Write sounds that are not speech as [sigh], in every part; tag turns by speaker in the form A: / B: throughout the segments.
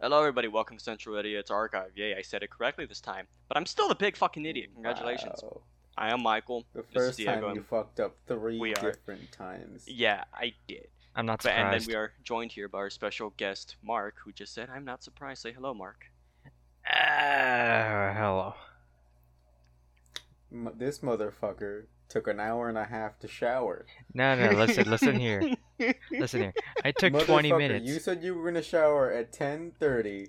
A: Hello, everybody. Welcome to Central Idiots Archive. Yay, I said it correctly this time. But I'm still the big fucking idiot. Congratulations.
B: Wow.
A: I am Michael.
B: The
A: This is
B: first time
A: Diego.
B: you fucked up three
A: We are.
B: different times.
A: Yeah, I did.
C: I'm not
A: But, and then
C: surprised.
A: we are joined here by our special guest, Mark, who just said, I'm not surprised. Say hello, Mark.
C: Ah, hello.
B: M- this motherfucker took an hour and a half to shower.
C: No, no, listen, listen
A: [laughs]
C: here, listen here. I took 20
B: Motherfucker,
C: minutes.
B: You said you were gonna shower at ten thirty.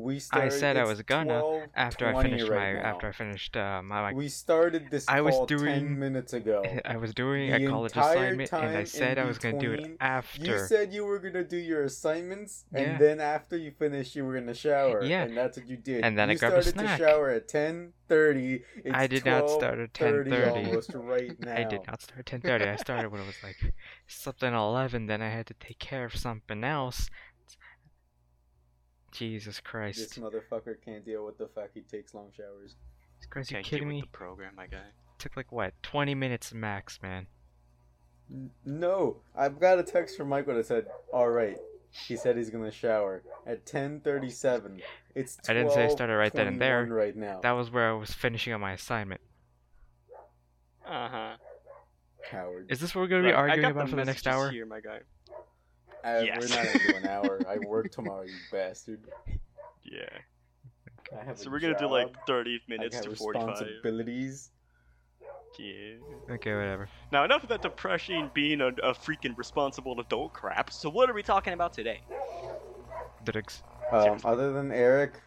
B: We started.
C: said I
B: it's
C: was gonna
B: 12:20
C: after I finished
B: right
C: my
B: now.
C: after I finished uh, my
B: we started this
C: I was
B: call ten
C: doing-
B: minutes ago.
C: [laughs] I was doing
B: The
C: a college
B: entire
C: assignment and
B: time
C: I
B: in
C: said I was going to do it
B: between, You
C: after.
B: said you were gonna do your assignments,
C: Yeah.
B: and then after you finished, you were gonna shower.
C: Yeah.
B: and that's what you did.
C: And then
B: you
C: I grabbed a
B: started
C: snack.
B: to shower at ten thirty.
C: I did not start at 10:30.
B: Almost right now.
C: [laughs] I did not start 10:30. I started when it was like something 11 then I had to take care of something else. Jesus
B: This
C: Christ.
B: motherfucker can't deal with the fact he takes long showers.
C: Jesus Christ, you
A: Can't get
C: kidding
A: with
C: me?
A: the program, my guy.
C: Took like what? 20 minutes max, man.
B: N- No, I've got a text from Michael that said, "All right." He said he's gonna shower at 10:37. It's
C: I didn't say I started right then and there.
B: 12:21 Right now,
C: That was where I was finishing up my assignment.
A: Uh huh.
B: Howard.
C: Is this what we're going to be
A: I
C: arguing
A: got
C: about
A: the
C: for the next
A: messages
C: hour?
A: Here, my guy.
B: Uh,
A: yes.
B: We're not into an hour. I
C: [laughs]
B: work tomorrow, you bastard.
A: Yeah.
B: I have
A: So
B: a
A: we're gonna do
B: job.
A: like 30
B: I
A: minutes
B: got
A: to 45.
B: responsibilities.
A: Yeah.
C: Okay, whatever.
A: Now, enough of that depression being a, a freaking responsible adult crap. So, what are we talking about today?
C: Drugs.
B: Um, other than Eric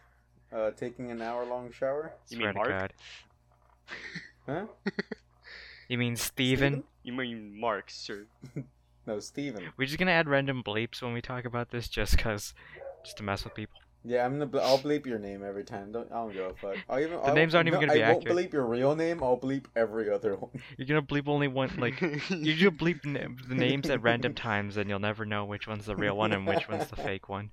B: uh, taking an hour-long shower,
A: You
C: Swear
A: mean
C: to
A: Mark?
C: God.
B: huh?
C: You mean Steven?
A: You mean Mark, sir?
B: No, Steven.
C: We're just gonna add random bleeps when we talk about this, just cause, just to mess with people.
B: Yeah, I'm gonna. Ble- I'll bleep your name every time. Don't. I don't give a fuck. I'll even. The I'll,
C: names aren't even
B: no,
C: gonna be
B: I won't
C: accurate.
B: bleep your real name. I'll bleep every other one.
A: [laughs]
C: You're gonna bleep only one,
B: [laughs]
C: like you just bleep na- the names at random times, and you'll never know which one's the real one and which one's the fake one.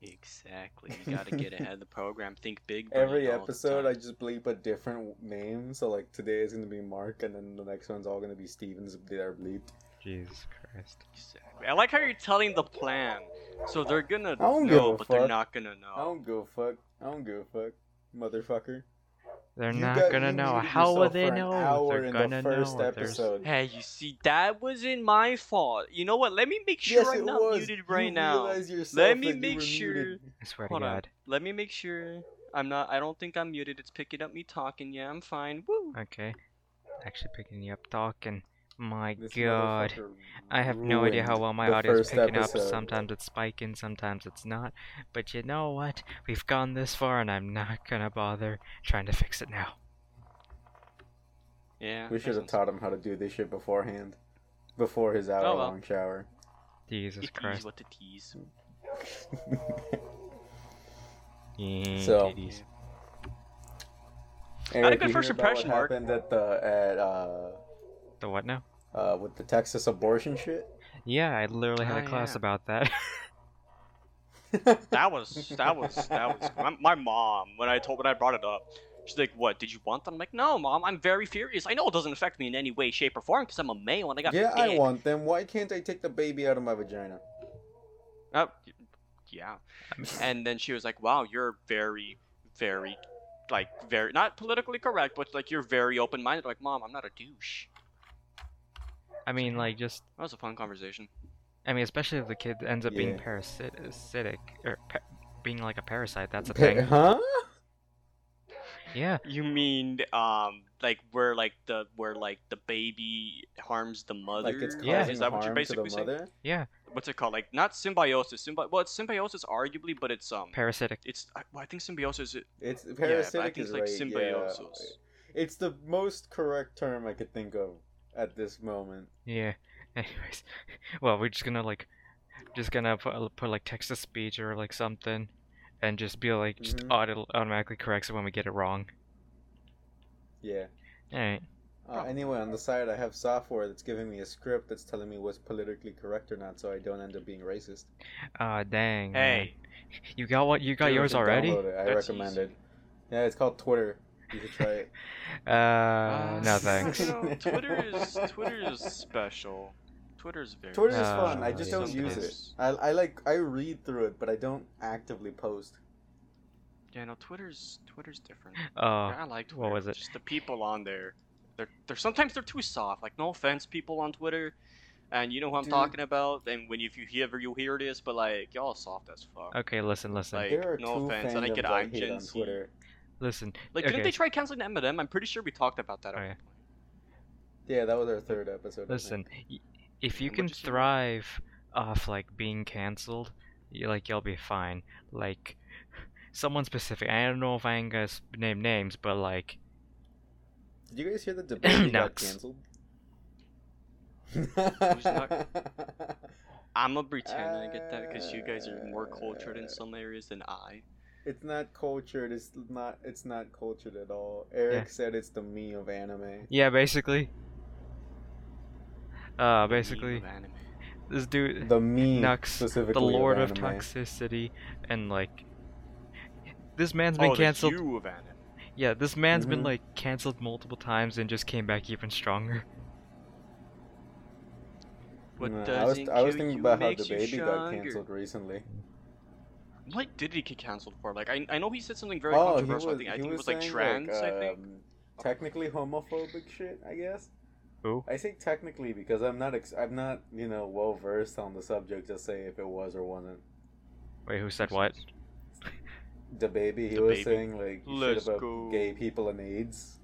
A: Exactly. You gotta get ahead of the program. Think big. brain
B: Every
A: all the
B: episode, I
A: time.
B: just bleep a different name. So like today is gonna be Mark, and then the next one's all gonna be Steven's. They are bleeped.
C: Jesus Christ.
A: Exactly. I like how you're telling the plan. So they're gonna
B: don't give
A: know,
B: a
A: but they're
B: fuck.
A: not gonna
B: I
A: know.
B: don't give a fuck. I don't give a fuck, motherfucker.
C: They're
B: You
C: not
B: got-
C: gonna
B: you
C: know.
B: muted
C: How will
B: yourself
C: they
B: for an
C: know?
B: hour
C: They're
B: in the
C: gonna
B: first
C: know. There's-
B: episode.
A: Hey, you see, that wasn't my fault. You know what? Let me make sure
B: Yes,
A: I'm
B: it
A: not
B: was.
A: muted
B: You
A: right now.
B: realize yourself
A: Let me
B: that you
A: make
B: were
A: sure.
B: muted.
C: I swear
A: Hold
C: to
A: on.
C: God.
A: Let me make sure I'm not. I don't think I'm muted. It's picking up me talking. Yeah, I'm fine. Woo.
C: Okay. Actually picking you up talking. My
B: This
C: God.
B: motherfucker
C: I have no idea how
B: ruined
C: well my
B: the
C: audio is
B: first
C: picking
B: episode.
C: up. Sometimes it's spiking, sometimes it's not. But you know what? We've gone this far, and I'm not gonna bother trying to fix it now.
A: Yeah.
B: We
A: makes
B: should have
A: sense.
B: taught him how to do this shit beforehand, before his
A: Oh,
B: hour-long
A: [laughs]
B: shower.
C: Jesus
A: It is
C: Christ.
A: what it is.
C: Yeah,
B: So-
C: titties.
B: Eric,
A: had a good
B: you
A: first
B: hear about
A: impression,
B: What
A: Mark.
B: happened at the at uh,
C: the what now?
B: uh with the Texas abortion shit?
C: Yeah, I literally had
A: Ah,
C: a class
A: yeah.
C: about that. [laughs]
B: [laughs]
A: That was that was that was my, my mom when I told when I brought it up. She's like, "What did you want them?" I'm like, "No, mom. I'm very furious. I know it doesn't affect me in any way, shape, or form because I'm a male and I got
B: yeah, I
A: dick."
B: want them. Why can't I take the baby out of my vagina?
A: Oh, y- yeah. And then she was like, "Wow, you're very, very, like, very not politically correct, but like you're very open-minded." Like, mom, I'm not a douche.
C: I mean, like, just
A: That was a fun conversation.
C: I mean, especially if the kid ends up being
B: Yeah.
C: parasitic or pa- being like a parasite. That's a
B: Pa-
C: thing.
B: huh?
C: Yeah.
A: You mean, um, like where like the where like the baby harms the mother?
B: Like it's causing
C: Yeah.
A: Is that what you're
B: harm to the
A: basically saying?
B: mother?
A: what's it called? Like not symbiosis. Symbi- well, it's symbiosis arguably, but it's um,
C: Parasitic.
A: it's I, well, I think symbiosis.
B: It's
A: Yeah,
B: parasitic
A: but I think
B: is
A: it's like
B: right, yeah.
A: symbiosis.
B: It's the most correct term I could think of at this moment.
C: Yeah. [laughs] Anyways, well, we're just gonna like, just gonna put, uh, put like text to speech or like something, and just be like, just
A: Mm-hmm.
B: Mhm.
C: auto- automatically corrects it when we get it wrong.
B: Yeah.
C: All right.
B: Uh, anyway, on the side, I have software that's giving me a script that's telling me what's politically correct or not, so I don't end up being racist.
C: Uh, dang. man.
A: Hey,
C: You got what? You got
B: You
C: Oh, yours
B: should
C: already?
B: download it. I
A: That's
B: recommend
A: easy.
B: it. Yeah, it's called Twitter. You should try it.
C: Uh, no
A: Uh, [laughs]
C: thanks.
A: you know, Twitter is Twitter is special. Twitter's very.
B: Twitter is
C: Uh,
B: fun. I just don't use it.
A: sometimes-
B: I, I like I read through it, but I don't actively post.
A: Yeah, no, Twitter's Twitter's different.
C: Uh,
A: I like Twitter.
C: what was it?
A: Just the people on there. They're they're sometimes they're too soft. Like no offense, people on Twitter, and you know who I'm
B: Dude.
A: talking about. And when you, if you ever you hear this, but like y'all soft as fuck.
C: okay, listen, listen,
A: Like-
B: There are
A: no
B: two
A: offense,
B: fandoms
A: I
B: I,
A: think it- I'm
B: hate
A: Gen
B: on
A: Z.
B: Twitter.
C: listen.
A: Like
C: okay,
A: didn't they try canceling Eminem? I'm pretty sure we talked about that. At
C: Oh,
A: one
C: yeah.
A: point.
B: Yeah, that was our third episode. I think.
C: listen. y- If you
A: What'd
C: can
A: you say?
C: thrive off like being canceled, you like you'll be fine. Like [sighs] someone specific. I don't know if I can gonna s- name names, but like
B: Did you guys hear the
C: [clears throat]
B: debate that got
C: Nux.
B: canceled?
A: I'm gonna pretend I get that because you guys are more cultured
B: Uh,
A: in some areas than I.
B: [laughs] It's not cultured. It's not. It's not cultured at all. Eric said it's the me of anime.
C: yeah, basically. Uh, basically,
A: Meme of anime.
C: this dude.
B: The me
C: Nux,
B: specifically.
C: the Lord of,
B: anime.
C: Toxicity, and like this man's been
A: oh,
C: canceled.
A: The you of anime.
C: Yeah, this man's been
B: Mhm.
C: like canceled multiple times and just came back even stronger.
A: What
B: Nah, I was,
A: doesn't
B: I was
A: kill
B: thinking
A: you
B: about how the
A: makes you
B: baby got
A: stronger.
B: canceled recently.
A: What did he get canceled for? Like I, I know he said something very
B: oh,
A: controversial.
B: he
A: I think I
B: was, he
A: think it was
B: was
A: like
B: saying,
A: trans. I think.
B: um, technically homophobic shit. I guess.
C: Who?
B: I say technically because I'm not. Ex- I'm not. You know, well versed on the subject to say if it was or wasn't.
C: Wait, who said what?
B: The baby. He
A: Da
B: was
A: Baby.
B: saying like shit
A: Let's
B: about
A: go.
B: gay people and AIDS.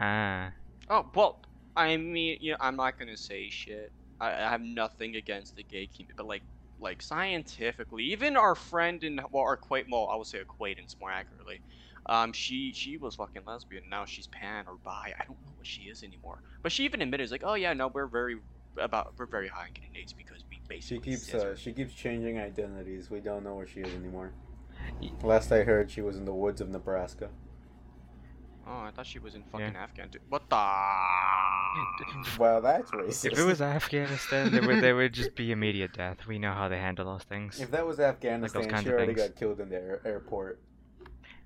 C: Ah,
A: [gasps] Oh well, I mean, you know, I'm not gonna say shit. I, I have nothing against the gay community, but like, like scientifically, even our friend in well, our quite well, I would say acquaintance more accurately. Um, she she was fucking lesbian. Now she's pan or bi. I don't know what she is anymore. But she even admitted, like, oh yeah, no, we're very about we're very high on getting AIDS because we
B: She
A: basically
B: keeps.
A: scissor."
B: Uh, she keeps changing identities. We don't know where she is anymore. Last I heard, she was in the woods of Nebraska. uh,
A: Oh, I thought she was in fucking Afghan. Dude. What the?
B: Well, that's racist.
C: if it was Afghanistan, there would there would just be immediate death. We know how they handle those
B: [laughs]
C: things.
B: If that was Afghanistan,
C: kinds
B: she
C: of
B: already
C: things. Oh,
B: got killed in the air- airport.
C: [laughs]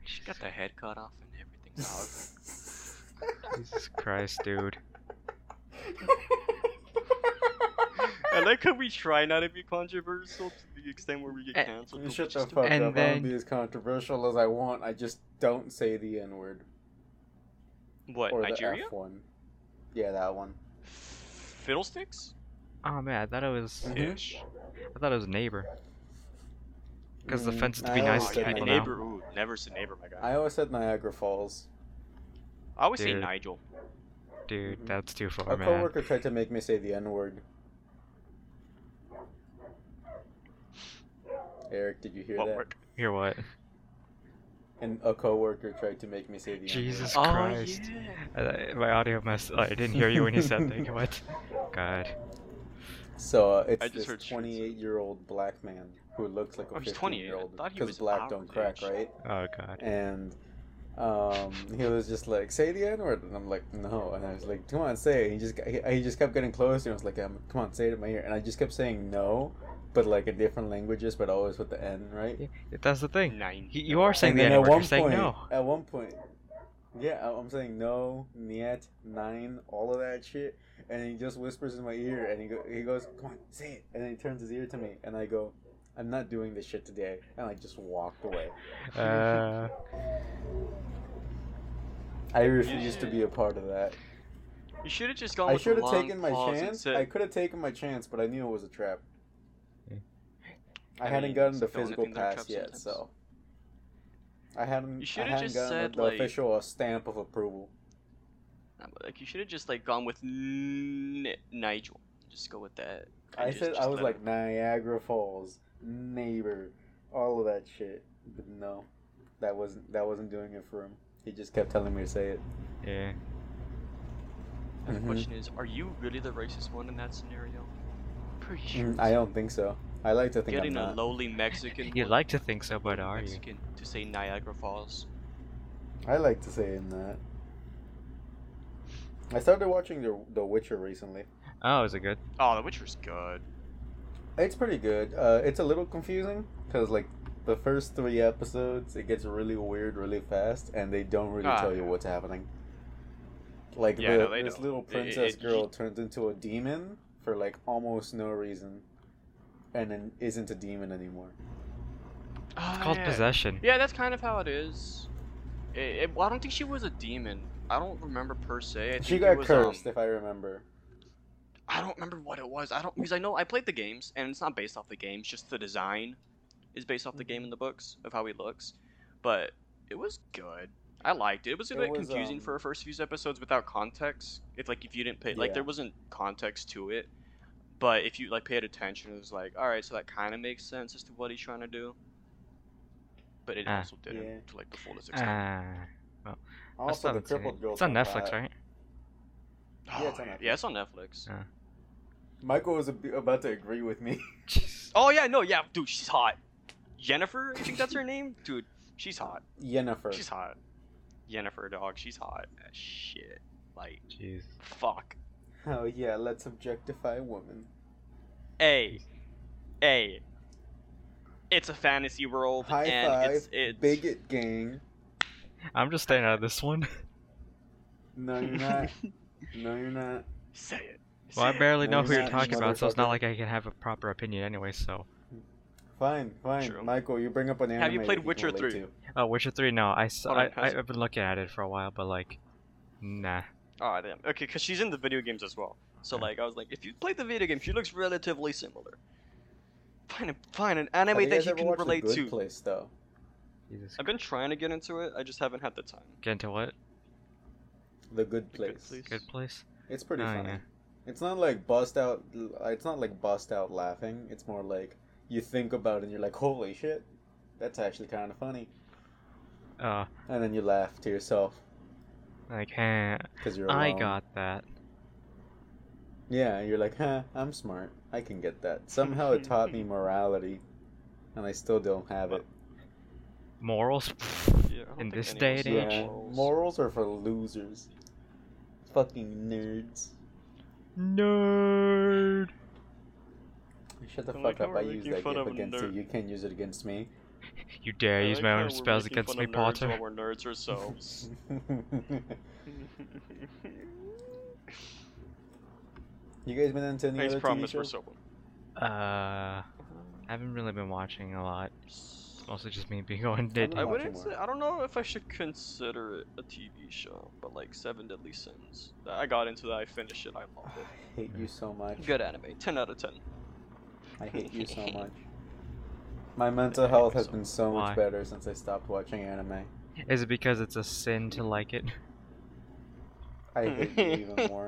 A: She got the head cut off and everything. dog.
C: Jesus Christ, dude.
A: I like how we try not to be controversial to the extent where we get
C: Eh,
A: canceled. but we
B: [laughs] Shut the
A: just
B: fuck
A: don't-
B: up.
C: And
B: I will
C: then-
B: be as controversial as I want. I just don't say the N word
A: What,
B: or
A: Nigeria?
B: the F one. Yeah, that one.
A: Fiddlesticks?
C: Oh man, I thought it was
B: Mhm.
A: Ish.
C: I thought it was neighbor. 'Cause the fence would be
B: Mm, I
C: nice
B: always
A: oh,
C: to
B: said
A: yeah,
C: people
B: Niagara-
C: now.
A: neighbor. Ooh, never said neighbor, my guy.
B: I always said Niagara Falls.
A: I always say
C: Dude.
A: Nigel.
C: Dude,
B: Mhm.
C: that's too
B: A
C: far, man.
B: coworker tried to make me say the N word. Eric, did you hear
A: What
B: that?
A: word?
C: Hear what?
B: And a coworker tried to make me say the N word.
C: Jesus
A: Oh,
C: Christ.
A: yeah.
C: I- I- my audio messed. I didn't hear you when you said that. [laughs] What? God.
B: So uh, it's
A: I just heard
B: this
A: shit.
B: 28 year old black man who looks like a
A: Oh, he's
B: 15 year
A: 28.
B: old
A: I thought he
B: because
A: was
B: black
A: our
B: don't crack,
A: age.
B: right?
C: Oh God.
B: And um, he was just like, "Say the N word," and I'm like, "No," and I was like, "Come on, say it." He just he, he just kept getting closer, and I was like, um, "Come on, say it in my ear," and I just kept saying no, but like in different languages, but always with the N, right?
C: Yeah, That's the thing.
A: Nine.
C: You- you are saying
B: And
C: the
B: then
C: N
B: at
C: word. You're
B: one
C: saying
B: point,
C: no.
B: at one point, yeah, I- I'm saying no, niet, nine, all of that shit, and he just whispers in my ear, and he go, he goes, "Come on, say it," and then he turns his ear to me, and I go, "I'm not doing this shit today," and I just walked away.
C: Uh,
B: I refused to be a part of that.
A: You should have just gone.
B: I
A: with the
B: should have
A: long
B: taken my
A: pause and
B: chance.
A: said-
B: I could have taken my chance, but I knew it was a trap.
C: Yeah.
B: I
A: I
B: hadn't
A: mean,
B: gotten the
A: it's the only
B: physical
A: thing that
B: pass
A: traps
B: yet,
A: sometimes.
B: so I hadn't.
A: You
B: I
A: shoulda
B: hadn't
A: just
B: gotten
A: said,
B: the
A: like-
B: official uh, stamp of approval.
A: Nah, but, like you should have just like gone with N- Nigel. Just go with that.
B: I
A: And just-
B: said I
A: just
B: was
A: let
B: like Niagara Falls, neighbor, all of that shit. But no, that wasn't that wasn't doing it for him. He just kept telling me to say it.
C: yeah.
A: And the
B: Mhm.
A: question is, are you really the racist one in that scenario? Pretty sure.
B: Mm, I don't think so. I like to think I'm
A: Getting a
B: not.
A: lowly Mexican.
C: You'd
A: one-
C: like to think so, but are you?
A: Mexican to say Niagara Falls.
B: I like to say I'm not. I started watching the The Witcher recently.
C: Oh, is it good?
A: Oh, The Witcher's good.
B: It's pretty good. Uh, it's a little confusing because like the first three episodes, it gets really weird really fast, and they don't really
A: Ah.
B: tell you what's happening. Like
A: Yeah,
B: the,
A: no, they
B: this
A: don't.
B: little
A: It- it-
B: princess
A: it-
B: girl turns into a demon for like almost no reason, and then isn't a demon anymore.
A: Ah,
C: It's called
A: yeah.
C: possession.
A: Yeah, that's kind of how it is. It, it, well, I don't think she was a demon. I don't remember per se. I think
B: She
A: it
B: got
A: was, um,
B: cursed, if I remember.
A: I don't remember what it was. I don't because I know I played the games, and it's not based off the games. Just the design is based off the
B: Mm-hmm.
A: game in the books of how he looks. But it was good. I liked it. It was a
B: It
A: bit
B: was,
A: confusing for
B: um,
A: a first few episodes without context. If like if you didn't pay, like
B: Yeah.
A: there wasn't context to it. But if you like paid attention, it was like, all right, so that kind of makes sense as to what he's trying to do. But it
C: Ah.
A: also didn't
B: Yeah.
A: to like the fullest extent.
C: Ah, I still
B: Also, the
C: haven't seen
B: crippled
C: it.
B: girl.
C: It's on Netflix, right?
B: Yeah, it's on
A: Oh, yeah, it's on Netflix.
C: Yeah.
B: Michael was ab- about to agree with me. [laughs]
A: Oh yeah, no, yeah, dude, she's hot. Jennifer, I think that's her name.
B: [laughs]
A: Dude, she's hot.
B: Yennefer.
A: She's hot. Jennifer, dog, she's hot as shit. Like,
C: Jeez.
A: fuck.
B: Oh yeah, let's objectify women.
A: Hey, hey. It's a fantasy world,
B: High
A: and
B: five,
A: it's it's
B: bigot gang.
C: I'm just staying out of this one.
B: No,
A: [laughs]
B: you're not. no, you're not.
A: Say it. Say
C: Well, I
A: it.
B: [laughs]
C: barely know
B: Who's
C: who you're
B: that
C: talking about, so it's not
B: motherfucker?
C: like I can have a proper opinion anyway. So,
B: Fine, fine.
A: True.
B: Michael, you bring up an anime.
A: Have you played
B: that can
A: Witcher
B: relate
A: 3?
B: to.
C: oh, Witcher Three. No, I s-
A: Hold on,
C: I, I,
A: how's-
C: have been looking at it for a while, but like, nah.
A: Oh damn. Okay, because she's in the video games as well. So
C: Yeah.
A: like, I was like, if you played the video game, she looks relatively similar. Find a, find an
B: Have
A: anime
B: you
A: that
B: guys
A: you
B: ever
A: can
B: watched The
A: relate
B: Good
A: to.
B: Place though.
C: Jesus.
A: I've been trying to get into it. I just haven't had the time.
C: Get into what?
B: The
A: The Good
B: Good Place.
A: Place.
C: Good place.
B: It's pretty
C: Oh,
B: funny.
C: yeah.
B: It's not like bust out. It's not like bust out laughing. It's more like you think about it and you're like, holy shit, that's actually kind of funny,
C: Uh,
B: and then you laugh to yourself
C: like, eh,
B: because you're. Alone.
C: I got that.
B: Yeah, you're like, huh, I'm smart. I can get that. Somehow it taught [laughs] me morality, and I still don't have it.
C: Morals.
A: Yeah, I don't
C: In
A: think
C: this
A: any of
C: day
A: us
C: and
A: have
C: age.
B: Yeah,
A: morals.
B: morals are for losers. Fucking nerds.
C: Nerd.
B: Shut the
A: I like
B: fuck
A: how
B: up.
A: we're
B: I use
A: making
B: that
A: fun
B: gif
A: of a
B: against you.
A: nerd.
B: You can't use it against me. [laughs]
C: You dare
A: I
C: use
A: like
C: my
A: how
C: own
A: we're
C: spells
A: making
C: against
A: fun
C: me,
A: of nerds
C: Potter?
A: while We're nerds [laughs] ourselves.
B: you guys been into any
A: Thanks,
B: other
A: promise
B: TV shows?
A: we're sober.
C: Uh, I haven't really been watching a lot. Mostly just me [laughs] being on
B: I
C: it.
B: don't
A: I
B: watch
A: wouldn't.
B: anymore.
A: Say, I don't know if I should consider it a TV show, but like Seven Deadly Sins. I got into that. I finished it. I
B: [sighs] I
A: loved it.
B: hate you so much.
A: Good anime. Ten out of ten.
B: I hate
A: [laughs]
B: you so much. My mental health has been so
C: Why?
B: much better since I stopped watching anime.
C: Is it because it's a sin to like it? [laughs]
B: I hate you
A: [laughs]
B: even more.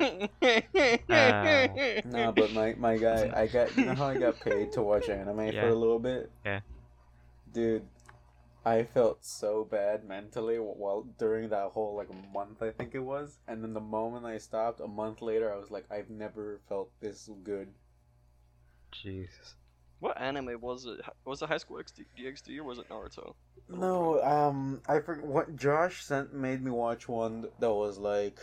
C: Ah.
B: No, but my, my guy, I got you know how I got paid to watch anime for
C: Yeah.
B: a little bit.
C: Yeah.
B: Dude, I felt so bad mentally wh- while during that whole like month I think it was, and then the moment I stopped, a month later, I was like, I've never felt this good.
C: Jesus.
A: what anime was it? Was it High School XD, DxD or was it Naruto?
B: No, um, I forgot what Josh sent made me watch one that was like,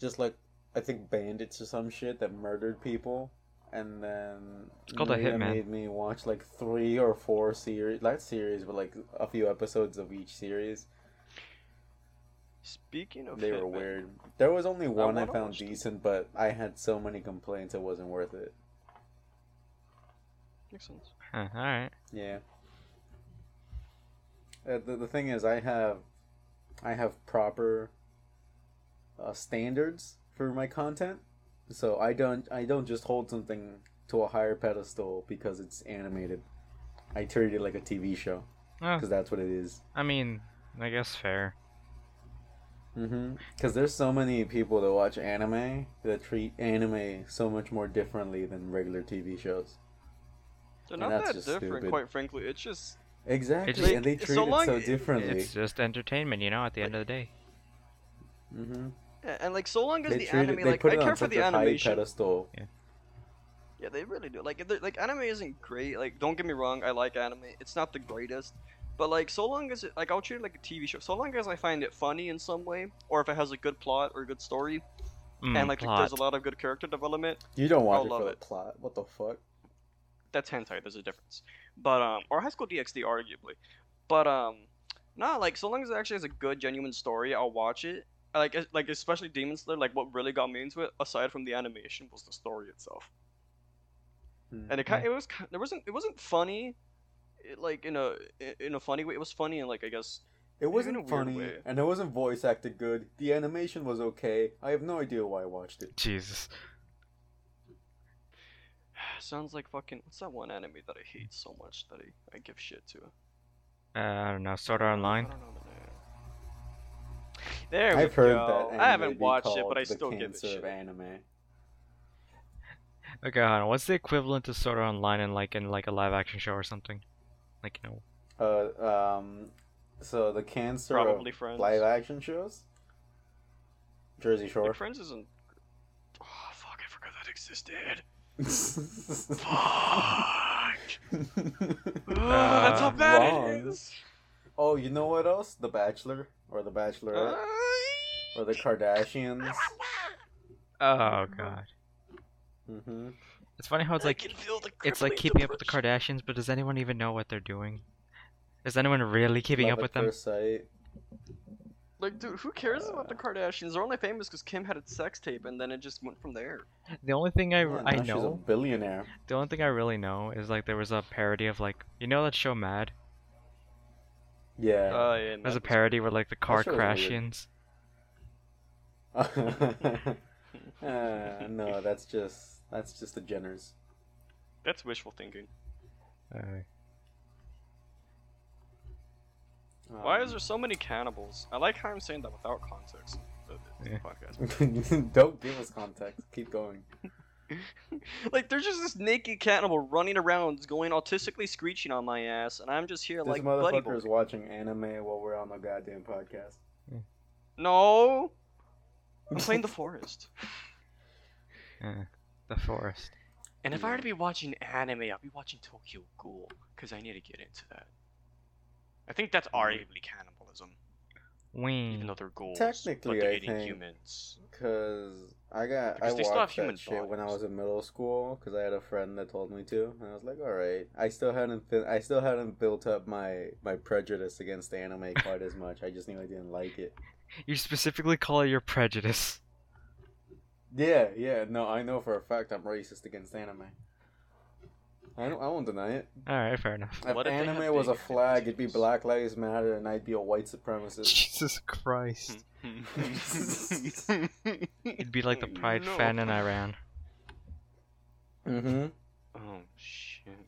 B: just like I think bandits or some shit that murdered people, and then
C: It's called a
B: Maria
C: Hitman.
B: made me watch like three or four series, not series, but like a few episodes of each series.
A: Speaking of
B: They were
A: Hitman,
B: weird. There was only one I
A: wanna
B: found
A: watch them.
B: decent, but I had so many complaints it wasn't worth it.
A: Makes sense.
C: Huh, Alright.
B: Yeah. Uh, the, the thing is, I have, I have proper uh, standards for my content, so I don't I don't just hold something to a higher pedestal because it's animated. I treat it like a TV show
C: Oh,
B: because that's what it is.
C: I mean, I guess fair.
B: Mm-hmm. Because there's so many people that watch anime that treat anime so much more differently than regular TV shows.
A: They're
B: And
A: not
B: that's
A: that
B: just
A: different,
B: stupid.
A: quite frankly. It's just
B: Exactly,
C: just-
B: and they
A: so
B: treat
A: long
B: it so
A: it-
B: differently.
C: It's just entertainment, you know, at the end of the day.
B: mm-hmm.
A: Yeah, and like so long as
B: They
A: the
B: treat
A: anime,
B: it, they
A: like
B: put
A: I
B: it
A: care
B: on
A: for
B: such
A: the
B: a high
A: animation.
B: pedestal.
A: Yeah, they really do. Like, if they're- like anime isn't great. Like, don't get me wrong, I like anime. It's not the greatest, but like so long as it, like I'll treat it like a TV show. So long as I find it funny in some way, or if it has a good plot or a good story,
C: Mm,
A: and like, like,
C: plot.
A: there's a lot of good character development,
B: You don't watch
A: I'll
B: it
A: love
B: for the
A: it.
B: plot. What the fuck?
A: that's hentai. There's a difference. But um, or High School DxD, arguably. But um, nah, like so long as it actually has a good, genuine story, I'll watch it. Like, es- like especially Demon Slayer. Like, what really got me into it, aside from the animation, was the story itself.
B: Hmm.
A: and it kind it was ki- there wasn't it wasn't funny, it, like in a in a funny way. It was funny and like I guess [sighs]
B: It
A: in a
B: wasn't
A: weird
B: funny,
A: way.
B: and it wasn't voice acted good. The animation was okay. I have no idea why I watched it.
C: Jesus.
A: sounds like fucking what's that one anime that I hate so much that I, I give shit to.
C: Uh, I don't know. Sword Art
A: I
C: Online.
A: don't know the name. There we
B: I've heard
A: go.
B: that. Anime
A: I haven't
B: be
A: watched it,
B: called
A: but I
B: the
A: still give it
B: cancer
A: shit.
B: of anime.
C: Okay, hold on. Oh What's the equivalent to Sword Art Online in like in like a live action show or something? Like you know.
B: Uh, um, so the cancer
A: Probably
B: of
A: Friends.
B: live action shows. Jersey Shore.
A: Like, Friends isn't. Oh fuck! I forgot that existed. [laughs]
C: [laughs]
A: Fuck!
C: Uh,
A: Ugh, that's how bad it
B: wrong.
A: is.
B: [laughs] oh, you know what else? The Bachelor or the Bachelorette
A: Uh,
B: or the Kardashians.
C: Oh god.
B: hmm
C: It's funny how it's like it's like keeping up with the Kardashians, but does anyone even know what they're doing? Is anyone really keeping
B: Love
C: up
B: at
C: with them?
B: First sight.
A: Like, dude, who cares about the Kardashians? They're only famous because Kim had a sex tape, and then it just went from there.
C: The only thing I,
B: Yeah,
C: I
B: now She's a
C: know,
B: billionaire.
C: the only thing I really know is like there was a parody of like you know that show Mad.
B: Yeah.
A: Uh, yeah,
C: There's
A: that
C: a
A: was-
C: parody where like the car
B: show was weird. [laughs]
C: crashians.
B: Uh, no, that's just that's just the Jenners.
A: That's wishful thinking.
C: Uh,
A: Why
B: Um,
A: is there so many cannibals? I like how I'm saying that without context. Uh,
C: Yeah.
A: podcast.
B: [laughs] Don't give us context. Keep going.
A: like, there's just this naked cannibal running around, going autistically screeching on my ass, and I'm just here
B: This
A: like buddy
B: motherfucker
A: boy.
B: is watching anime while we're on the goddamn podcast.
A: No, I'm
B: [laughs]
A: playing the forest.
C: uh, the forest.
A: And if I were to
B: Yeah.
A: be watching anime, I'd be watching Tokyo Ghoul because I need to get into that. I think that's
B: Mm-hmm.
A: arguably cannibalism,
C: We.
A: even though they're ghouls.
B: Mm. Technically,
A: but they're
B: I
A: eating
B: think-
A: humans.
B: Cause I got
A: Because
B: I
A: they still have
B: watched
A: human
B: that shit when I
A: bodies.
B: was in middle school because I had a friend that told me to, and I was like, all right. I still hadn't fin- I still hadn't built up my my prejudice against anime quite as much. I just knew I didn't like it.
C: You specifically call it your prejudice.
B: Yeah, yeah. No, I know for a fact I'm racist against anime. I don't, I won't deny it.
C: All right, fair
B: [laughs]
C: enough.
B: If
A: What if they have
B: anime was
A: big
B: a flag, it'd be
A: titties?
B: Black Lives Matter, and I'd be a white supremacist.
C: Jesus Christ. You'd
B: [laughs]
A: It'd [laughs]
C: be like the pride fan in Iran.
B: mm-hmm.
A: Oh shit!